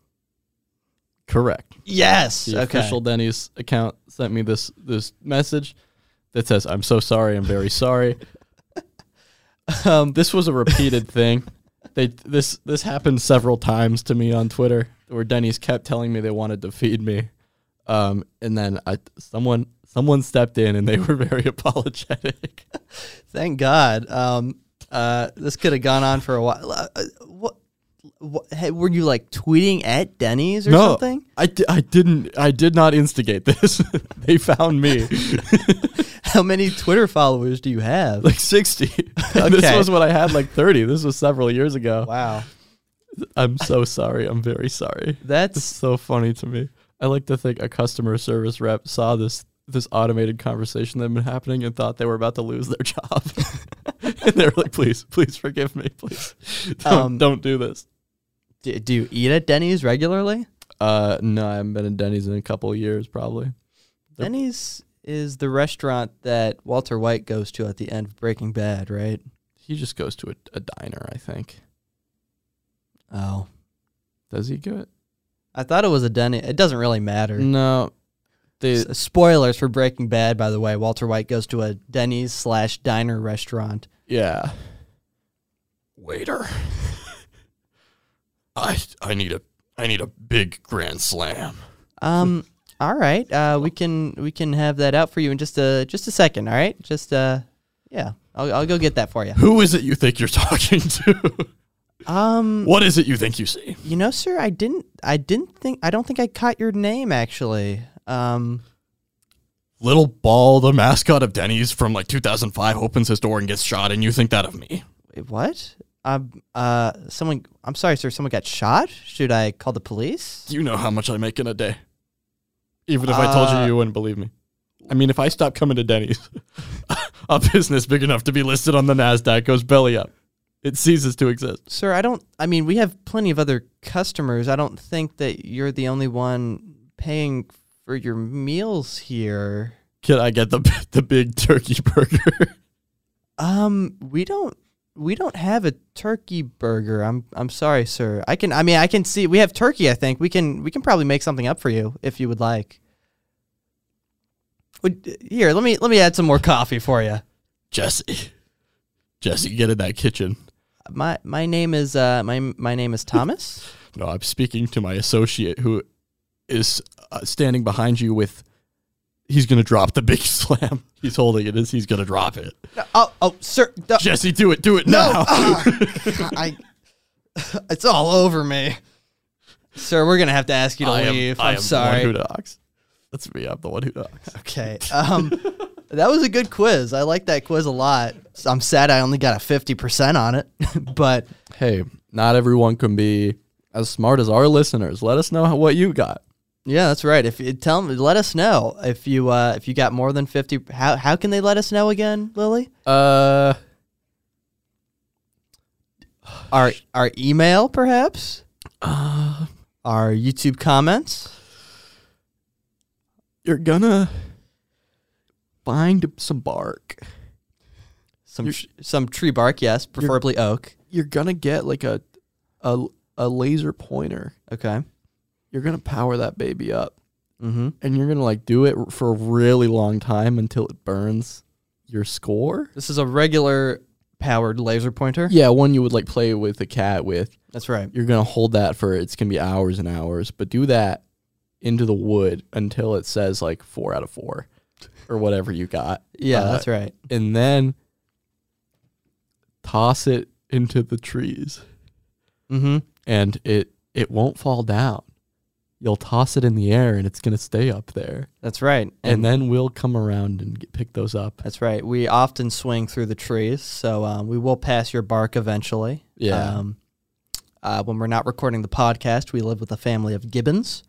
A: correct.
B: yes,
A: The
B: okay,
A: official Denny's account sent me this this message that says, "I'm so sorry, I'm very sorry."
B: um,
A: this was a repeated thing. They this this happened several times to me on Twitter, where Denny's kept telling me they wanted to feed me, um, and then I someone someone stepped in and they were very apologetic.
B: thank God. Um, uh, this could have gone on for a while. Uh, uh, what? What, hey, were you like tweeting at Denny's or something?
A: I, di- I didn't I did not instigate this. they found me
B: How many Twitter followers do you have?
A: like sixty. And This
B: Okay.
A: was when I had like thirty. This was several years ago.
B: Wow,
A: I'm so sorry. I'm very sorry. It's
B: that's
A: so funny to me. I like to think a customer service rep saw this this automated conversation that had been happening and thought they were about to lose their job. and they were like, please, please forgive me, please. Don't,
B: Um,
A: don't do this.
B: Do, do you eat at Denny's regularly?
A: Uh, no, I haven't been in Denny's in a couple of years, probably. They're-
B: Denny's is the restaurant that Walter White goes to at the end of Breaking Bad, right?
A: He just goes to a, a diner, I think.
B: Oh,
A: Does he go?
B: I thought it was a Denny. It doesn't really matter.
A: No. They,
B: S- spoilers for Breaking Bad, by the way. Walter White goes to a Denny's slash diner restaurant.
A: yeah. waiter. I I need a I need a big grand slam.
B: Um. all right. Uh, we can we can have that out for you in just a just a second. All right. Just uh, yeah. I'll I'll go get that for you.
A: Who is it you think you're talking to?
B: Um.
A: what is it you think you see?
B: You know, sir, I didn't I didn't think I don't think I caught your name actually. Um.
A: Little Ball, the mascot of Denny's from like 2005, opens his door and gets shot, and you think that of me?
B: Wait, what? Um. Uh. Someone. I'm sorry, sir. Someone got shot. Should I call the police?
A: You know how much I make in a day. Even if I told you,
B: Uh,
A: you wouldn't believe me. I mean, if I stop coming to Denny's, a business big enough to be listed on the NASDAQ goes belly up. It ceases to exist.
B: Sir, I don't. I mean, we have plenty of other customers. I don't think that you're the only one paying for your meals here.
A: Can I get the, the big turkey burger?
B: Um, we don't. We don't have a turkey burger. I'm I'm sorry, sir. I can I mean I can see we have turkey, I think. We can we can probably make something up for you if you would like. Would, here, let me let me add some more coffee for you.
A: Jesse. Jesse, get in that kitchen.
B: My my name is uh my my name is Thomas.
A: No, I'm speaking to my associate who is uh, standing behind you with. He's going to drop the big slam. He's holding it as he's going to drop it.
B: oh oh sir no,
A: Jesse, do it. Do it
B: no.
A: now.
B: I it's all over me. Sir, we're gonna have to ask you to leave.
A: I
B: I'm
A: am
B: sorry.
A: The one who knocks. That's me. I'm the one who knocks.
B: Okay. Um, that was a good quiz. I like that quiz a lot. So I'm sad I only got a 50% on it, but
A: Hey, not everyone can be as smart as our listeners. Let us know how, what you got.
B: yeah, that's right. If you tell me, let us know if you uh, if you got more than 50 how how can they let us know again, Lily?
A: Uh,
B: Our our email perhaps? Uh, our YouTube comments?
A: you're gonna find some bark.
B: Some
A: You're-
B: sh- some tree bark, yes, preferably oak.
A: You're gonna get like a a a laser pointer.
B: Okay.
A: You're gonna power that baby up,
B: Mhm.
A: and you're gonna like do it for a really long time until it burns your score.
B: This is a regular powered laser pointer.
A: Yeah, one you would like play with a cat with.
B: That's right.
A: you're gonna hold that for it's gonna be hours and hours, but do that into the wood until it says like four out of four or whatever you got.
B: Yeah,
A: Uh,
B: that's right.
A: And then toss it into the trees
B: Mhm.
A: and it it won't fall down. You'll toss it in the air and it's gonna stay up there.
B: That's right.
A: And, then we'll come around and get, pick those up.
B: That's right. We often swing through the trees, so um, we will pass your bark eventually.
A: Yeah.
B: Um, uh, when we're not recording the podcast, we live with a family of gibbons.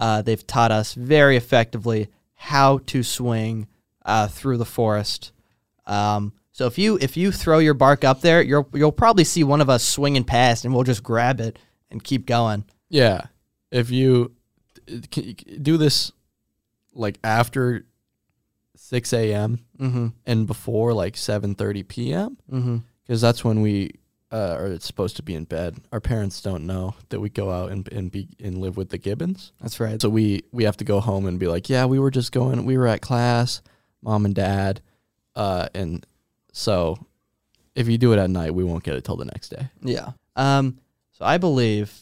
B: Uh, they've taught us very effectively how to swing uh, through the forest. Um, so if you if you throw your bark up there, you'll you'll probably see one of us swinging past, and we'll just grab it and keep going.
A: Yeah. If you it can- do this like after 6 a.m.,
B: Mm-hmm.
A: and before like 7:30 p.m.
B: Mm-hmm.
A: because that's when we uh, are supposed to be in bed. Our parents don't know that we go out and and be and live with the Gibbons,
B: That's right.
A: so we we have to go home and be like, yeah, we were just going, we were at class, mom and dad, uh, and so if you do it at night, we won't get it till the next day.
B: Yeah. Um, so I believe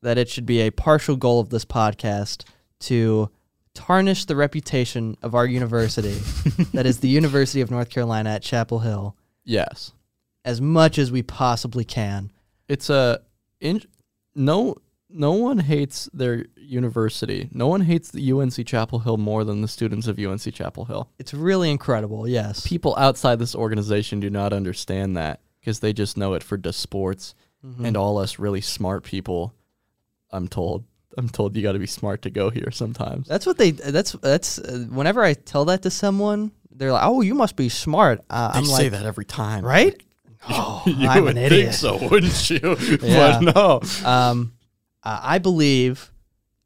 B: that it should be a partial goal of this podcast to tarnish the reputation of our university, that is the University of North Carolina at Chapel Hill,
A: Yes,
B: as much as we possibly can.
A: it's a in, no. No one hates their university. No one hates the UNC Chapel Hill more than the students of UNC Chapel Hill.
B: It's really incredible. Yes.
A: people outside this organization do not understand that because they just know it for just sports
B: Mm-hmm.
A: and all us really smart people. I'm told. I'm told you got to be smart to go here sometimes.
B: That's what they. That's that's. Uh, whenever I tell that to someone, they're like, "Oh, you must be smart." Uh, I'm like,
A: that every time,
B: right? Oh,
A: You
B: I'm
A: would
B: an
A: think
B: idiot.
A: so, wouldn't you?
B: Yeah.
A: But no.
B: Um, uh, I believe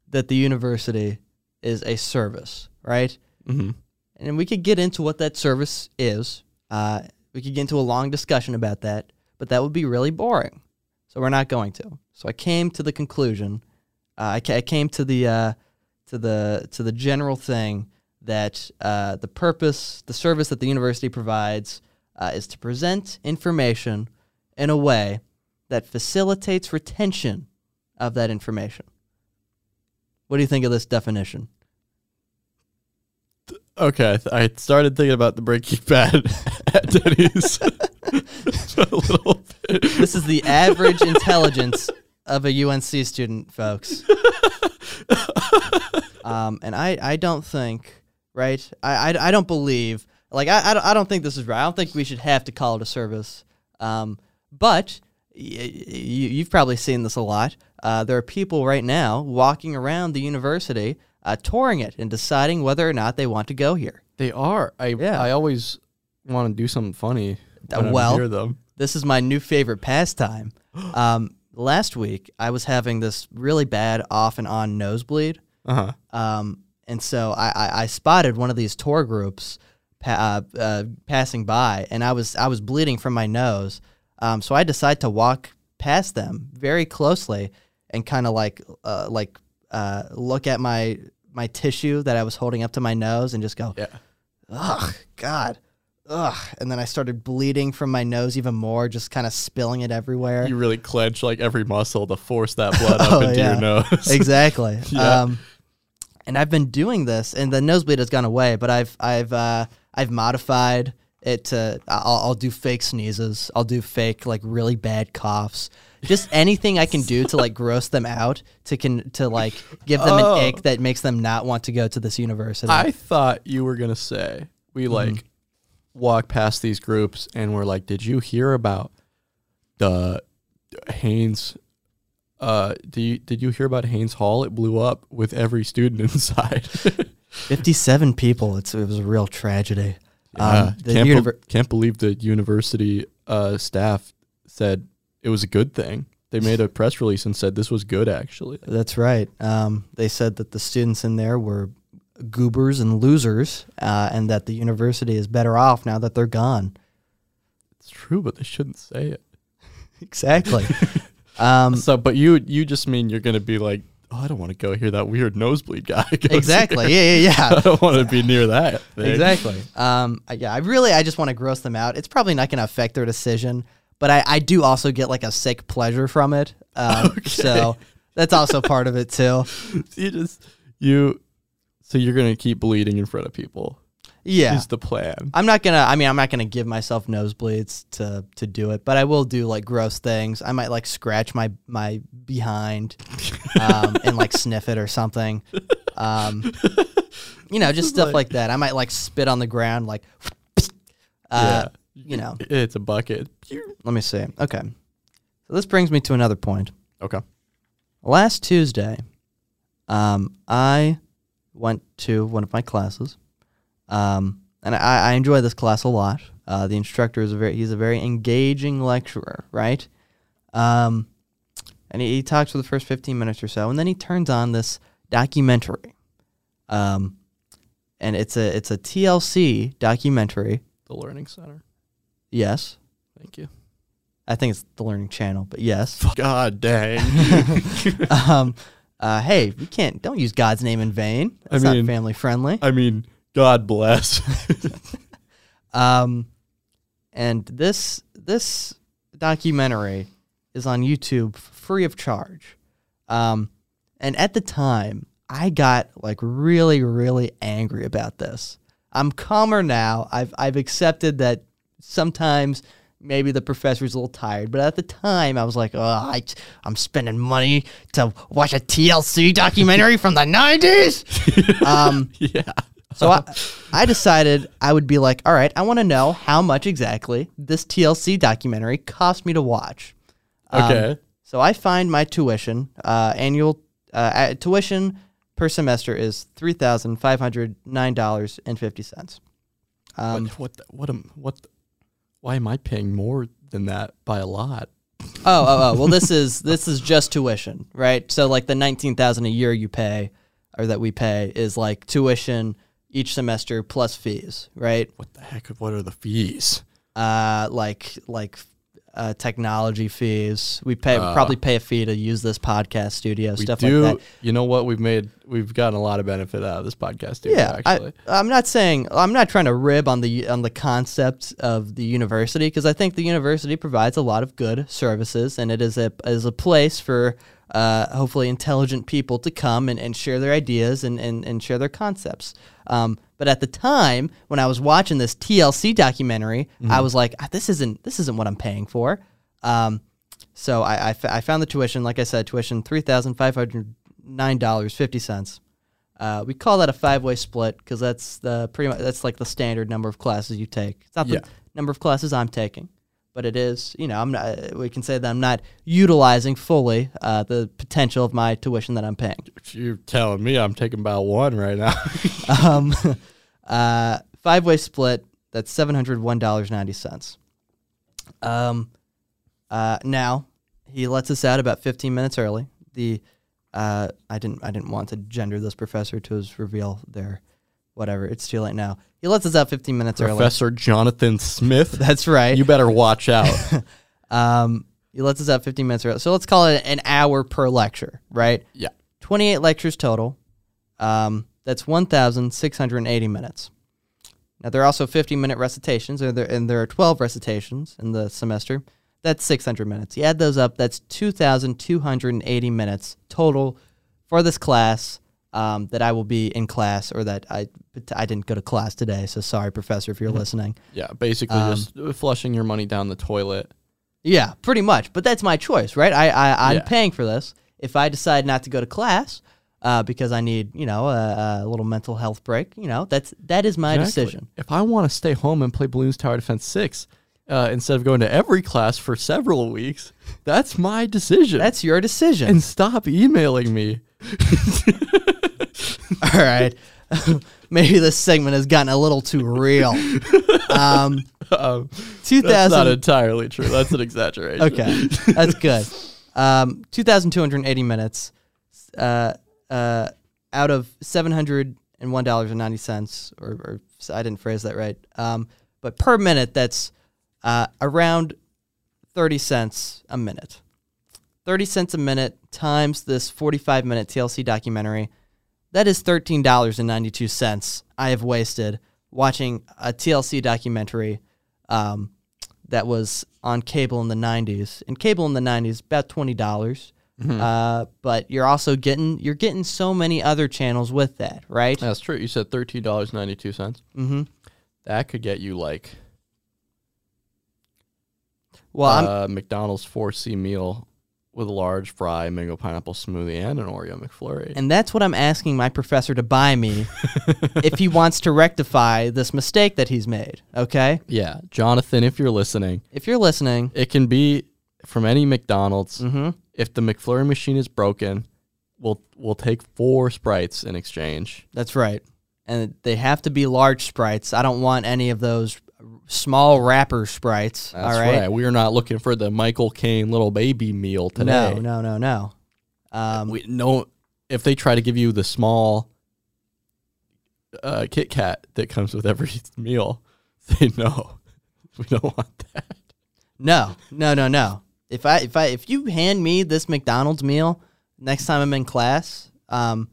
B: that the university is a service, right?
A: Mhm.
B: And we could get into what that service is. Uh, we could get into a long discussion about that, but that would be really boring. So we're not going to. So I came to the conclusion. Uh, I, ca- I came to the uh, to the to the general thing that uh, the purpose, the service that the university provides, uh, is to present information in a way that facilitates retention of that information. What do you think of this definition?
A: Okay, I th- I started thinking about the Breaking Bad at Denny's a little bit.
B: This is the average intelligence of a UNC student, folks. um, and I, I don't think, right? I, I, I don't believe, like, I, I, don't, I don't think this is right. I don't think we should have to call it a service. Um, but y- y- you, you've probably seen this a lot. Uh, there are people right now walking around the university, uh, touring it and deciding whether or not they want to go here.
A: They are. I
B: Yeah.
A: I always want to do something funny
B: Uh,
A: when I'm
B: well.
A: near them.
B: This is my new favorite pastime. Um, last week, I was having this really bad off and on nosebleed.
A: Uh huh.
B: Um, and so I, I, I spotted one of these tour groups pa- uh, uh, passing by, and I was I was bleeding from my nose. Um, so I decided to walk past them very closely and kind of like uh, like uh, look at my my tissue that I was holding up to my nose and just go,
A: Yeah.
B: ugh, God, ugh. And then I started bleeding from my nose even more, just kind of spilling it everywhere.
A: You really clench like every muscle to force that blood up
B: Oh,
A: into
B: yeah.
A: your nose.
B: exactly.
A: Yeah.
B: Um, and I've been doing this, and the nosebleed has gone away, but I've I've uh, I've modified it to I'll, I'll do fake sneezes, I'll do fake like really bad coughs, just anything I can do to like gross them out to can to like give them
A: Oh.
B: an ick that makes them not want to go to this university.
A: I thought you were gonna say we
B: Mm-hmm.
A: like walk past these groups and we're like, did you hear about the Haynes? Uh, do you, did you hear about Haynes Hall? It blew up with every student inside.
B: Fifty-seven people. It's it was a real tragedy.
A: Uh,
B: Um, the
A: can't,
B: univer-
A: be- can't believe the university uh, staff said it was a good thing. They made a press release and said this was good, actually.
B: That's right. Um, they said that the students in there were goobers and losers, uh, and that the university is better off now that they're gone.
A: It's true, but they shouldn't say it.
B: Exactly. um,
A: So, but you you just mean you're gonna be like, oh, I don't want to go hear that weird nosebleed guy. goes
B: exactly.
A: here.
B: Yeah, yeah,
A: I
B: yeah.
A: don't want to be near that. Thing.
B: exactly. Um, I- yeah, I really, I just want to gross them out. It's probably not going to affect their decision, but I, I do also get like a sick pleasure from it. Um, So that's also part of it too.
A: You just you. So you're gonna keep bleeding in front of people.
B: Yeah.
A: Is the plan?
B: I'm not gonna. I mean, I'm not gonna give myself nosebleeds to to do it, but I will do like gross things. I might like scratch my my behind, um, and like sniff it or something. Um, you know, just stuff like, that. I might like spit on the ground, like. Uh, You know,
A: yeah. It's a bucket.
B: let me see. Okay, so this brings me to another point.
A: Okay.
B: Last Tuesday, um, I went to one of my classes, um, and I, I enjoy this class a lot. Uh, the instructor is a very he's a very engaging lecturer, right? Um, and he, he talks for the first fifteen minutes or so, and then he turns on this documentary, um, and it's a it's a TLC documentary.
A: The learning center.
B: Yes,
A: Thank you.
B: I think it's the Learning Channel, but yes.
A: God dang.
B: um, uh, hey, we can't. Don't use God's name in vain.
A: I
B: It's
A: mean-
B: not family friendly.
A: I mean, God bless.
B: Um, and this this documentary is on YouTube free of charge. Um, and at the time, I got like really, really angry about this. I'm calmer now. I've I've accepted that sometimes maybe the professor's a little tired, but at the time I was like, oh, I, I'm spending money to watch a TLC documentary from the 90s. um,
A: yeah.
B: so I, I decided I would be like, all right, I want to know how much exactly this TLC documentary cost me to watch. Um,
A: Okay.
B: So I find my tuition, uh, annual uh, uh, tuition per semester is three thousand five hundred nine dollars and fifty cents. Um,
A: what? What? The, what am? What? The, why am I paying more than that by a lot?
B: oh, oh, oh. Well, this is this is just tuition, right? So like the nineteen thousand a year you pay, or that we pay, is like tuition each semester plus fees, right?
A: What the heck? What are the fees?
B: uh, like like uh, technology fees. We pay probably pay a fee to use this podcast studio
A: Uh. We
B: stuff
A: do.
B: like that.
A: You know what? We've made we've gotten a lot of benefit out of this podcast. Too,
B: Yeah,
A: actually.
B: I, I'm not saying I'm not trying to rib on the on the concept of the university because I think the university provides a lot of good services and it is a is a place for uh, hopefully intelligent people to come and, and share their ideas and, and, and share their concepts. Um, but at the time when I was watching this TLC documentary, I was like, "Ah, this isn't this isn't what I'm paying for. Um, so I, I, f- I found the tuition. Like I said, tuition three thousand five hundred nine dollars fifty cents. Uh, we call that a five way split because that's the pretty much that's like the standard number of classes you take. It's not
A: Yeah.
B: the number of classes I'm taking, but it is. You know, I'm not. We can say that I'm not utilizing fully uh, the potential of my tuition that I'm paying.
A: You're telling me I'm taking about one right now.
B: um, uh, five way split. That's seven hundred one dollars ninety cents. Um, uh, now he lets us out about fifteen minutes early. The uh, I didn't I didn't want to gender this professor to his reveal there. Whatever, it's too late now. He lets us out fifteen minutes early.
A: Professor Jonathan Smith.
B: That's right.
A: You better watch out.
B: um, he lets us out fifteen minutes early. So let's call it an hour per lecture, right?
A: yeah.
B: 28 lectures total. Um, that's 1,680 minutes. Now, there are also 50 minute recitations, and there, and there are 12 recitations in the semester. That's 600 minutes. You add those up, that's 2,280 minutes total for this class um, that I will be in class or that I, I didn't go to class today. So sorry, professor, if you're listening.
A: Yeah. Basically, just flushing your money down the toilet.
B: Yeah, pretty much. But that's my choice, right? I, I I'm
A: Yeah.
B: paying for this. If I decide not to go to class uh, because I need, you know, a, a little mental health break, you know, that's that is my
A: Exactly.
B: decision.
A: If I want to stay home and play Balloons Tower Defense 6 uh, instead of going to every class for several weeks, that's my decision.
B: That's your decision.
A: and stop emailing me.
B: All right. Maybe this segment has gotten a little too real. Um,
A: Um,
B: two
A: that's not
B: thousand.
A: entirely true. That's an exaggeration.
B: Okay, that's good. Um, 2,280 minutes uh, uh, out of $701.90, or, or so I didn't phrase that right. Um, but per minute, that's uh, around 30 cents a minute. 30 cents a minute times this 45 minute TLC documentary. That is $13.92 I have wasted watching a TLC documentary um, that was on cable in the 90s. And cable in the 90s about $20. dollars Uh, but you're also getting you're getting so many other channels with that, right?
A: That's true. You said thirteen dollars ninety two cents.
B: hmm
A: That could get you like
B: Well, I'm,
A: uh, McDonald's four C meal with a large fry, mango pineapple smoothie, and an Oreo McFlurry.
B: And that's what I'm asking my professor to buy me if he wants to rectify this mistake that he's made. Okay?
A: yeah, Jonathan, if you're listening,
B: If you're listening,
A: it can be from any McDonald's.
B: Mhm.
A: If the McFlurry machine is broken, we'll we'll take four sprites in exchange.
B: that's right. And they have to be large sprites. I don't want any of those small wrapper sprites.
A: That's
B: all right.
A: right. We are not looking for the Michael Caine little baby meal today.
B: No, no, no, no. Um,
A: we no if they try to give you the small uh, Kit Kat that comes with every meal, say no. We don't want that.
B: no, no, no, no. If I if I if you hand me this McDonald's meal next time I'm in class, um,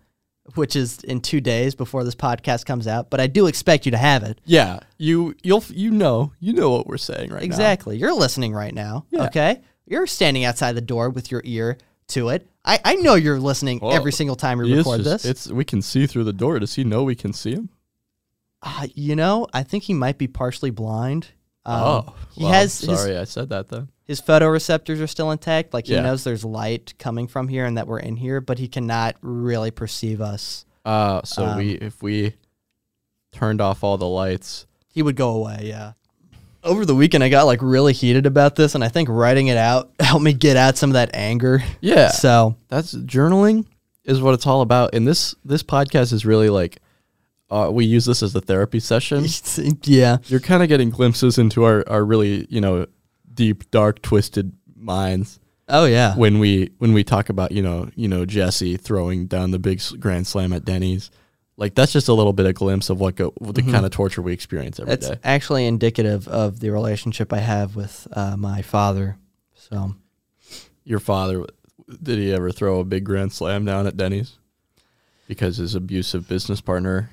B: which is in two days before this podcast comes out, but I do expect you to have it.
A: Yeah, you you'll you know you know what we're saying right
B: Exactly. You're listening right now.
A: Yeah.
B: Okay. You're standing outside the door with your ear to it. I, I know you're listening
A: Well,
B: every single time
A: now.
B: we
A: It's
B: record
A: just-
B: this.
A: It's we can see through the door. Does he know we can see him?
B: Uh, you know, I think he might be partially blind. Um,
A: oh,
B: he
A: well,
B: has his
A: Sorry, I said that then.
B: his photoreceptors are still intact. Like he
A: Yeah.
B: knows there's light coming from here and that we're in here, but he cannot really perceive us.
A: Uh, so
B: Um,
A: we if we turned off all the lights.
B: He would go away. Yeah. Over the weekend, I got like really heated about this, and I think writing it out helped me get out some of that anger.
A: Yeah,
B: So
A: that's journaling is what it's all about. And this this podcast is really like uh, we use this as a therapy session.
B: yeah,
A: you're kind of getting glimpses into our, our really you know deep dark twisted minds
B: oh yeah,
A: when we when we talk about you know you know Jesse throwing down the big s- grand slam at Denny's Like that's just a little bit of glimpse of what go the kind of torture we experience every day.
B: That's actually indicative of the relationship I have with uh, my father. So
A: Your father did he ever throw a big grand slam down at Denny's because his abusive business partner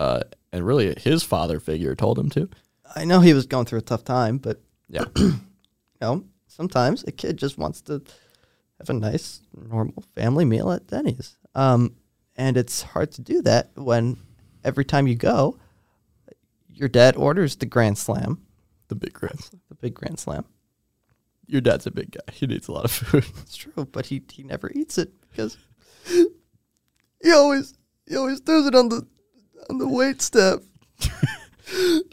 A: uh, and really his father figure told him to?
B: I know he was going through a tough time, but
A: Yeah.
B: you know, sometimes a kid just wants to have a nice, normal family meal at Denny's. Um, and it's hard to do that when every time you go, your dad orders the Grand Slam,
A: The big grand slam.
B: the big Grand Slam.
A: Your dad's a big guy. He needs a lot of food.
B: It's true, but he, he never eats it because he always he always throws it on the on the wait staff.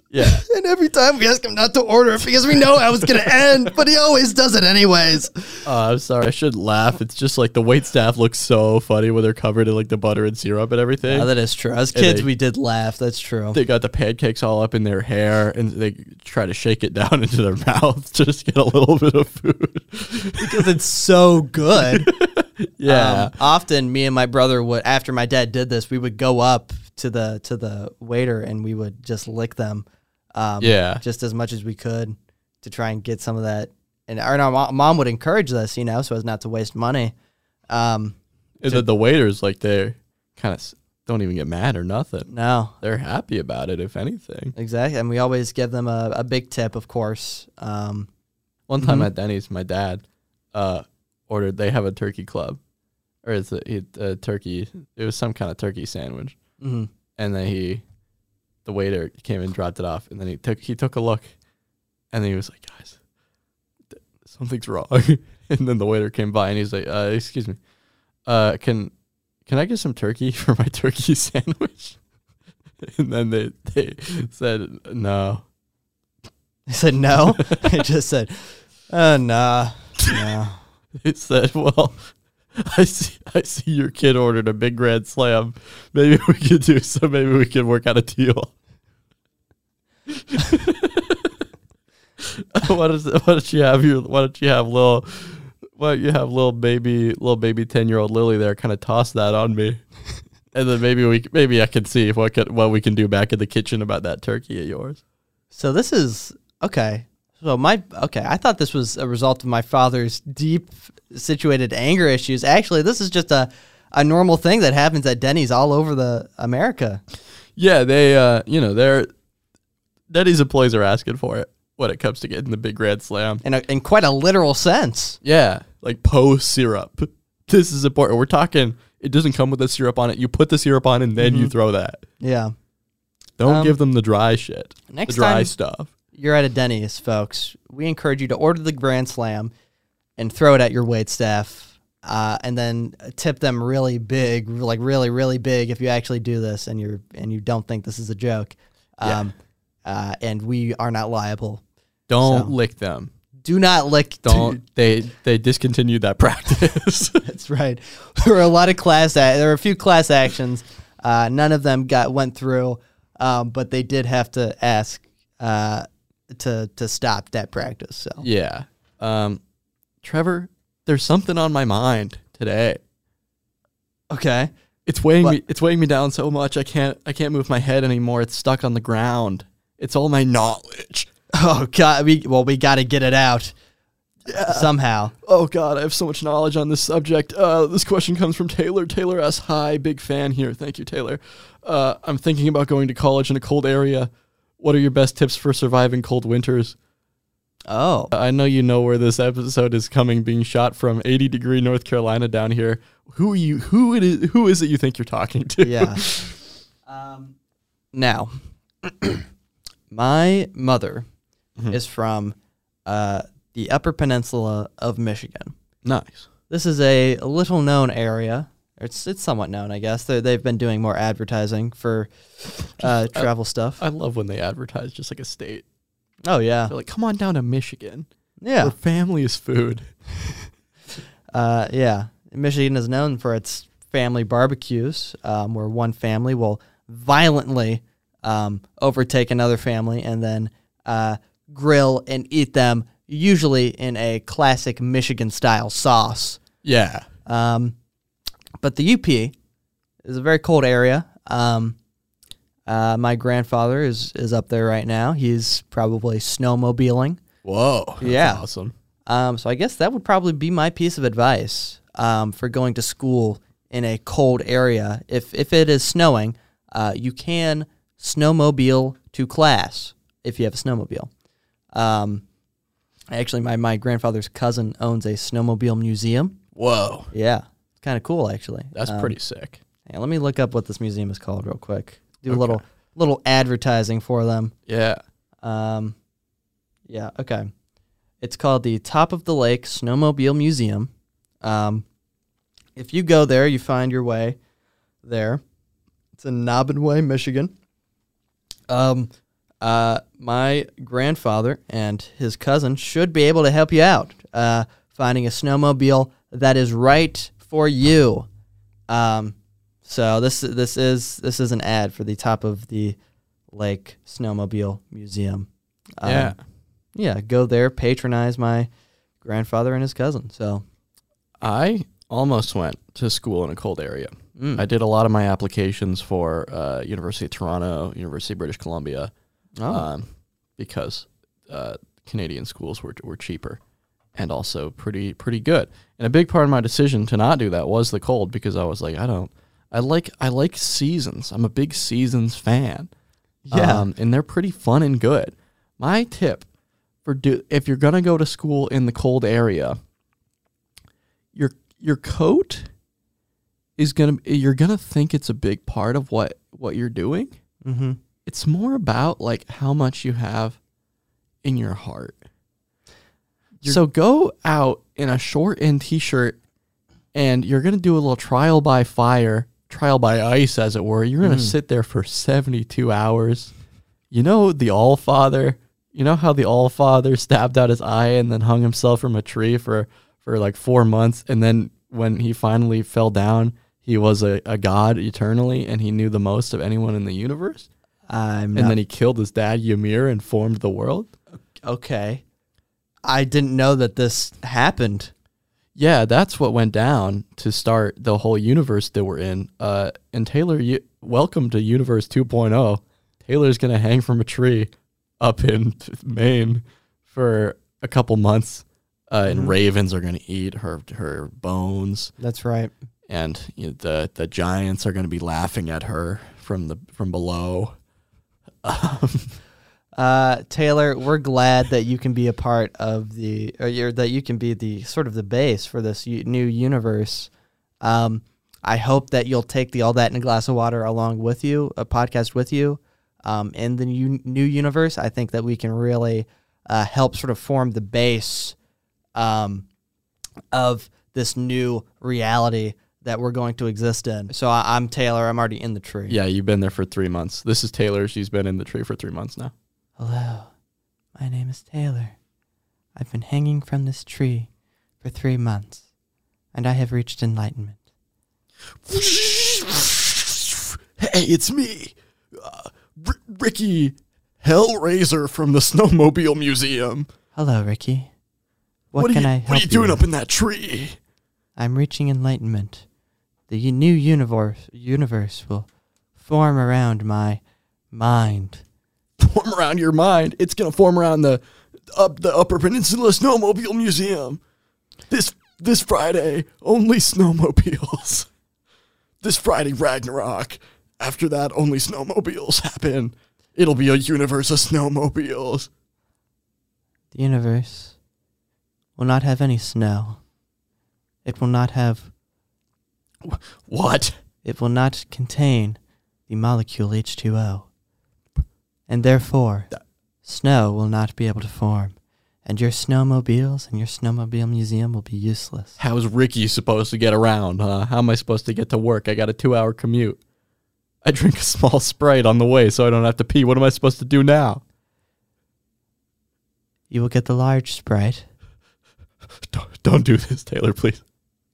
A: yeah.
B: And every time we ask him not to order it because we know how it's gonna end, but he always does it anyways.
A: Uh, I'm sorry. I should laugh. It's just like the wait staff looks so funny when they're covered in like the butter and syrup and everything.
B: that is true. As
A: kids, we
B: did laugh. That's true.
A: they got the pancakes all up in their hair and they try to shake it down into their mouth to just get a little bit of food.
B: because it's so good.
A: Yeah.
B: Um, often, me and my brother would, after my dad did this, we would go up to the to the waiter and we would just lick them, um,
A: Yeah.
B: just as much as we could to try and get some of that. And our, and our mo- mom would encourage this, you know, so as not to waste money. Um,
A: and then the waiters, like, they kind of don't even get mad or nothing.
B: no,
A: They're happy about it, if anything.
B: exactly. And we always give them a, a big tip, of course. Um,
A: One time
B: Mhm.
A: at Denny's, my dad uh, ordered. They have a turkey club, or it's a, it- a turkey. It was some kind of turkey sandwich,
B: mhm.
A: and then he, the waiter came and dropped it off, and then he took he took a look, and then he was like, "Guys, th- something's wrong." and then the waiter came by, and he's like, uh, "Excuse me, uh, can can I get some turkey for my turkey sandwich?" and then they they said, "No."
B: I said no. I just said, uh, nah, no.
A: They said, "Well, I see, I see your kid ordered a big grand slam. Maybe we could do so. Maybe we could work out a deal." why does why don't you have your why don't you have little why don't you have little baby little baby ten year old Lily there kind of toss that on me, and then maybe we maybe I can see what could, what we can do back in the kitchen about that turkey of yours.
B: So this is okay. So my okay, I thought this was a result of my father's deep situated anger issues. Actually, this is just a a normal thing that happens at Denny's all over the America.
A: Yeah, they uh you know they're Denny's employees are asking for it when it comes to getting the big grand slam.
B: In a, in quite a literal sense.
A: Yeah, like Poe syrup. This is important. We're talking. It doesn't come with the syrup on it. You put the syrup on, and then you throw that.
B: Yeah.
A: Don't
B: Mm-hmm. Um,
A: give them the dry shit.
B: next
A: the dry
B: time-
A: stuff.
B: You're at a Denny's, folks. We encourage you to order the Grand Slam and throw it at your wait staff. Uh, and then tip them really big, like really, really big, if you actually do this and you're and you don't think this is a joke.
A: Yeah.
B: Um, uh, and we are not liable
A: Don't
B: So.
A: lick them.
B: do not lick.
A: Don't they? They discontinued that practice.
B: That's right. There were a lot of class. A- there were a few class actions. Uh, none of them got went through, um, but they did have to ask uh, to to stop that practice. So
A: yeah. Um, Trevor, there's something on my mind today.
B: okay,
A: It's weighing
B: What?
A: me. It's weighing me down so much. I can't. I can't move my head anymore. It's stuck on the ground. It's all my knowledge.
B: Oh God! We well, we got to get it out somehow.
A: Oh God, I have so much knowledge on this subject. Uh, this question comes from Taylor. Taylor asks, "Hi, big fan here. Thank you, Taylor. Uh, I'm thinking about going to college in a cold area. What are your best tips for surviving cold winters?
B: Oh,
A: I know you know where this episode is coming, being shot from 80 degree North Carolina down here. Who are you? Who it is? Who is it you think you're talking to?
B: yeah. um, now, my mother
A: Mm-hmm.
B: is from uh, the Upper Peninsula of Michigan.
A: nice.
B: This is a little known area. It's it's somewhat known, I guess. they they've been doing more advertising for uh, travel stuff.
A: I love when they advertise just like a state.
B: oh yeah,
A: They're like, come on down to Michigan.
B: yeah,
A: Where family is food.
B: uh, yeah. Michigan is known for its family barbecues, um, where one family will violently um, overtake another family and then uh, grill and eat them, usually in a classic Michigan style sauce.
A: Yeah.
B: Um, but the UP is a very cold area. Um, uh, my grandfather is is up there right now. He's probably snowmobiling.
A: Whoa. that's
B: Yeah.
A: Awesome.
B: Um, so I guess that would probably be my piece of advice um, for going to school in a cold area. If if it is snowing, uh, you can snowmobile to class if you have a snowmobile. Um, actually, my my grandfather's cousin owns a snowmobile museum.
A: Whoa.
B: Yeah, it's kind of cool actually.
A: That's
B: Um,
A: pretty sick.
B: yeah, let me look up what this museum is called real quick. Do
A: Okay.
B: a little little advertising for them.
A: Yeah.
B: Um, yeah, okay. It's called the Top of the Lake Snowmobile Museum. Um, if you go there, you find your way there. It's in Nobbinway, Michigan. Um, uh, my grandfather and his cousin should be able to help you out uh, finding a snowmobile that is right for you. Um, so this this is this is an ad for the top of the Lake Snowmobile Museum. Um,
A: Yeah.
B: yeah, go there, patronize my grandfather and his cousin. So
A: I almost went to school in a cold area.
B: mm,
A: I did a lot of my applications for uh, University of Toronto, University of British Columbia,
B: oh,
A: um, because uh, Canadian schools were, were cheaper and also pretty pretty good. And a big part of my decision to not do that was the cold because I was like, I don't, I like I like seasons. I'm a big seasons fan. Um,
B: Yeah.
A: and they're pretty fun and good. My tip for do if you're gonna go to school in the cold area, your your coat is gonna you're gonna think it's a big part of what what you're doing
B: mm-hmm.
A: it's more about like how much you have in your heart.
B: You're-
A: so go out in a short and t-shirt and you're going to do a little trial by fire, trial by ice as it were. You're going to sit there for 72 hours. You know the All Father, you know how the All Father stabbed out his eye and then hung himself from a tree for for like 4 months and then when he finally fell down, he was a, a god eternally and he knew the most of anyone in the universe
B: I'm
A: and
B: not
A: then he killed his dad Ymir and formed the world.
B: okay. I didn't know that this happened.
A: Yeah, that's what went down to start the whole universe that we're in. Uh, and Taylor, you, welcome to Universe 2.0. Taylor's gonna hang from a tree up in Maine for a couple months, uh, and ravens are gonna eat her her bones,
B: That's right.
A: and you know, the the giants are gonna be laughing at her from the from below.
B: Uh, Taylor, we're glad that you can be a part of the, or you're, that you can be the sort of the base for this u- new universe. Um, I hope that you'll take the all that in a glass of water along with you, a podcast with you, um, in the new, new universe. I think that we can really uh, help sort of form the base um, of this new reality that we're going to exist in. So I, I'm Taylor. I'm already in the tree.
A: Yeah, you've been there for three months. This is Taylor. She's been in the tree for three months now.
B: Hello, my name is Taylor. I've been hanging from this tree for three months, and I have reached enlightenment.
A: Hey, it's me, uh, R- Ricky Hellraiser from the Snowmobile Museum.
B: Hello, Ricky. What,
A: are
B: can
A: you,
B: I
A: What
B: help
A: are you doing
B: with?
A: up in that tree?
B: I'm reaching enlightenment. The u- new universe universe will form around my mind.
A: Form around your mind. It's gonna form around the up the Upper Peninsula Snowmobile Museum. This this Friday, only snowmobiles. This Friday, Ragnarok. After that, only snowmobiles happen. It'll be a universe of snowmobiles.
B: The universe will not have any snow. It will not have
A: What?
B: it will not contain the molecule H2O. And therefore, snow will not be able to form, and your snowmobiles and your snowmobile museum will be useless.
A: How's Ricky supposed to get around, huh? How am I supposed to get to work? I got a two hour commute. I drink a small Sprite on the way so I don't have to pee. What am I supposed to do now?
B: You will get the large Sprite
A: Don't, don't do this, Taylor, please.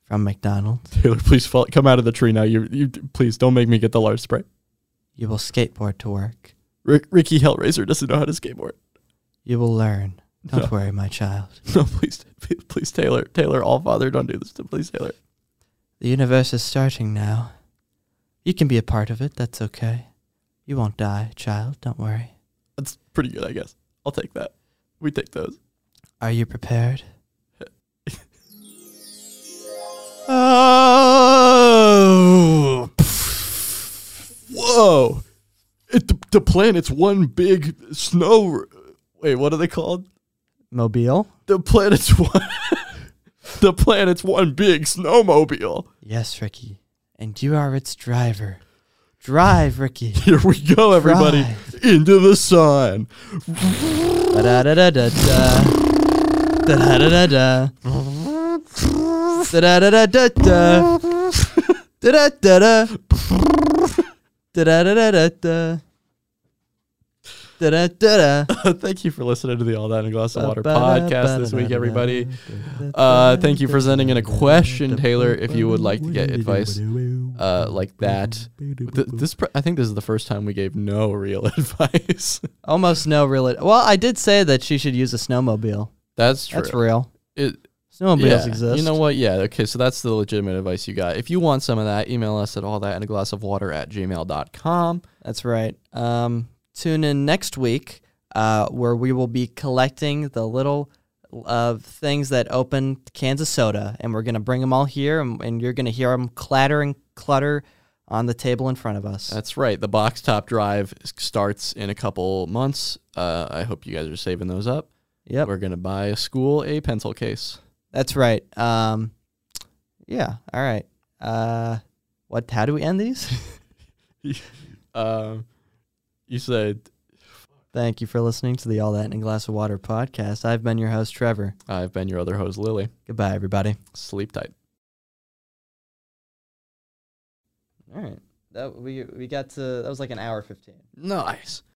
B: from McDonald's.
A: Taylor, please fall, come out of the tree now. You, you, please don't make me get the large Sprite.
B: You will skateboard to work.
A: Rick, Ricky Hellraiser doesn't know how to skateboard.
B: You will learn. Don't worry, my child.
A: No, please, please, please, Taylor, Taylor, all father, don't do this to please, Taylor.
B: The universe is starting now. You can be a part of it. That's okay. You won't die, child. Don't worry.
A: That's pretty good, I guess. I'll take that. We take those.
B: Are you prepared? oh.
A: Whoa! It, the, the planet's one big snow. r- Wait, what are they called?
B: Mobile?
A: The planet's one. the planet's one big snowmobile.
B: Yes, Ricky. And you are its driver. Drive, Ricky.
A: Here we go, everybody, into the sun.
B: Da-da-da-da-da. Da-da-da-da-da. Da-da-da-da-da. Da-da-da-da. Da-da-da-da-da. Da-da-da-da.
A: Thank you for listening to the All That in a Glass of Water podcast this week, everybody. Uh, thank you for sending in a question, Taylor. If you would like to get advice uh, like that, Th- this pr- I think this is the first time we gave no real advice.
B: Almost no real. Well, I did say that she should use a snowmobile.
A: That's true.
B: That's real.
A: It-
B: Snowmobiles
A: yeah.
B: exist.
A: You know what? Yeah. Okay. So that's the legitimate advice you got. If you want some of that, email us at all that and a glass of water at gmail.com.
B: That's right. Um, tune in next week uh, where we will be collecting the little uh, things that open cans of soda, and we're going to bring them all here, and, and you're going to hear them clatter and clutter on the table in front of us.
A: That's right. The box top drive s- starts in a couple months. Uh, I hope you guys are saving those up.
B: yep,
A: We're going to buy a school a pencil case.
B: that's right. Um, yeah, all right. Uh, what? How do we end these?
A: Um, you said,
B: Thank you for listening to the All That in a Glass of Water podcast. I've been your host, Trevor.
A: I've been your other host, Lily.
B: Goodbye, everybody.
A: Sleep tight.
B: All right, that we we got to that was like an hour fifteen.
A: Nice.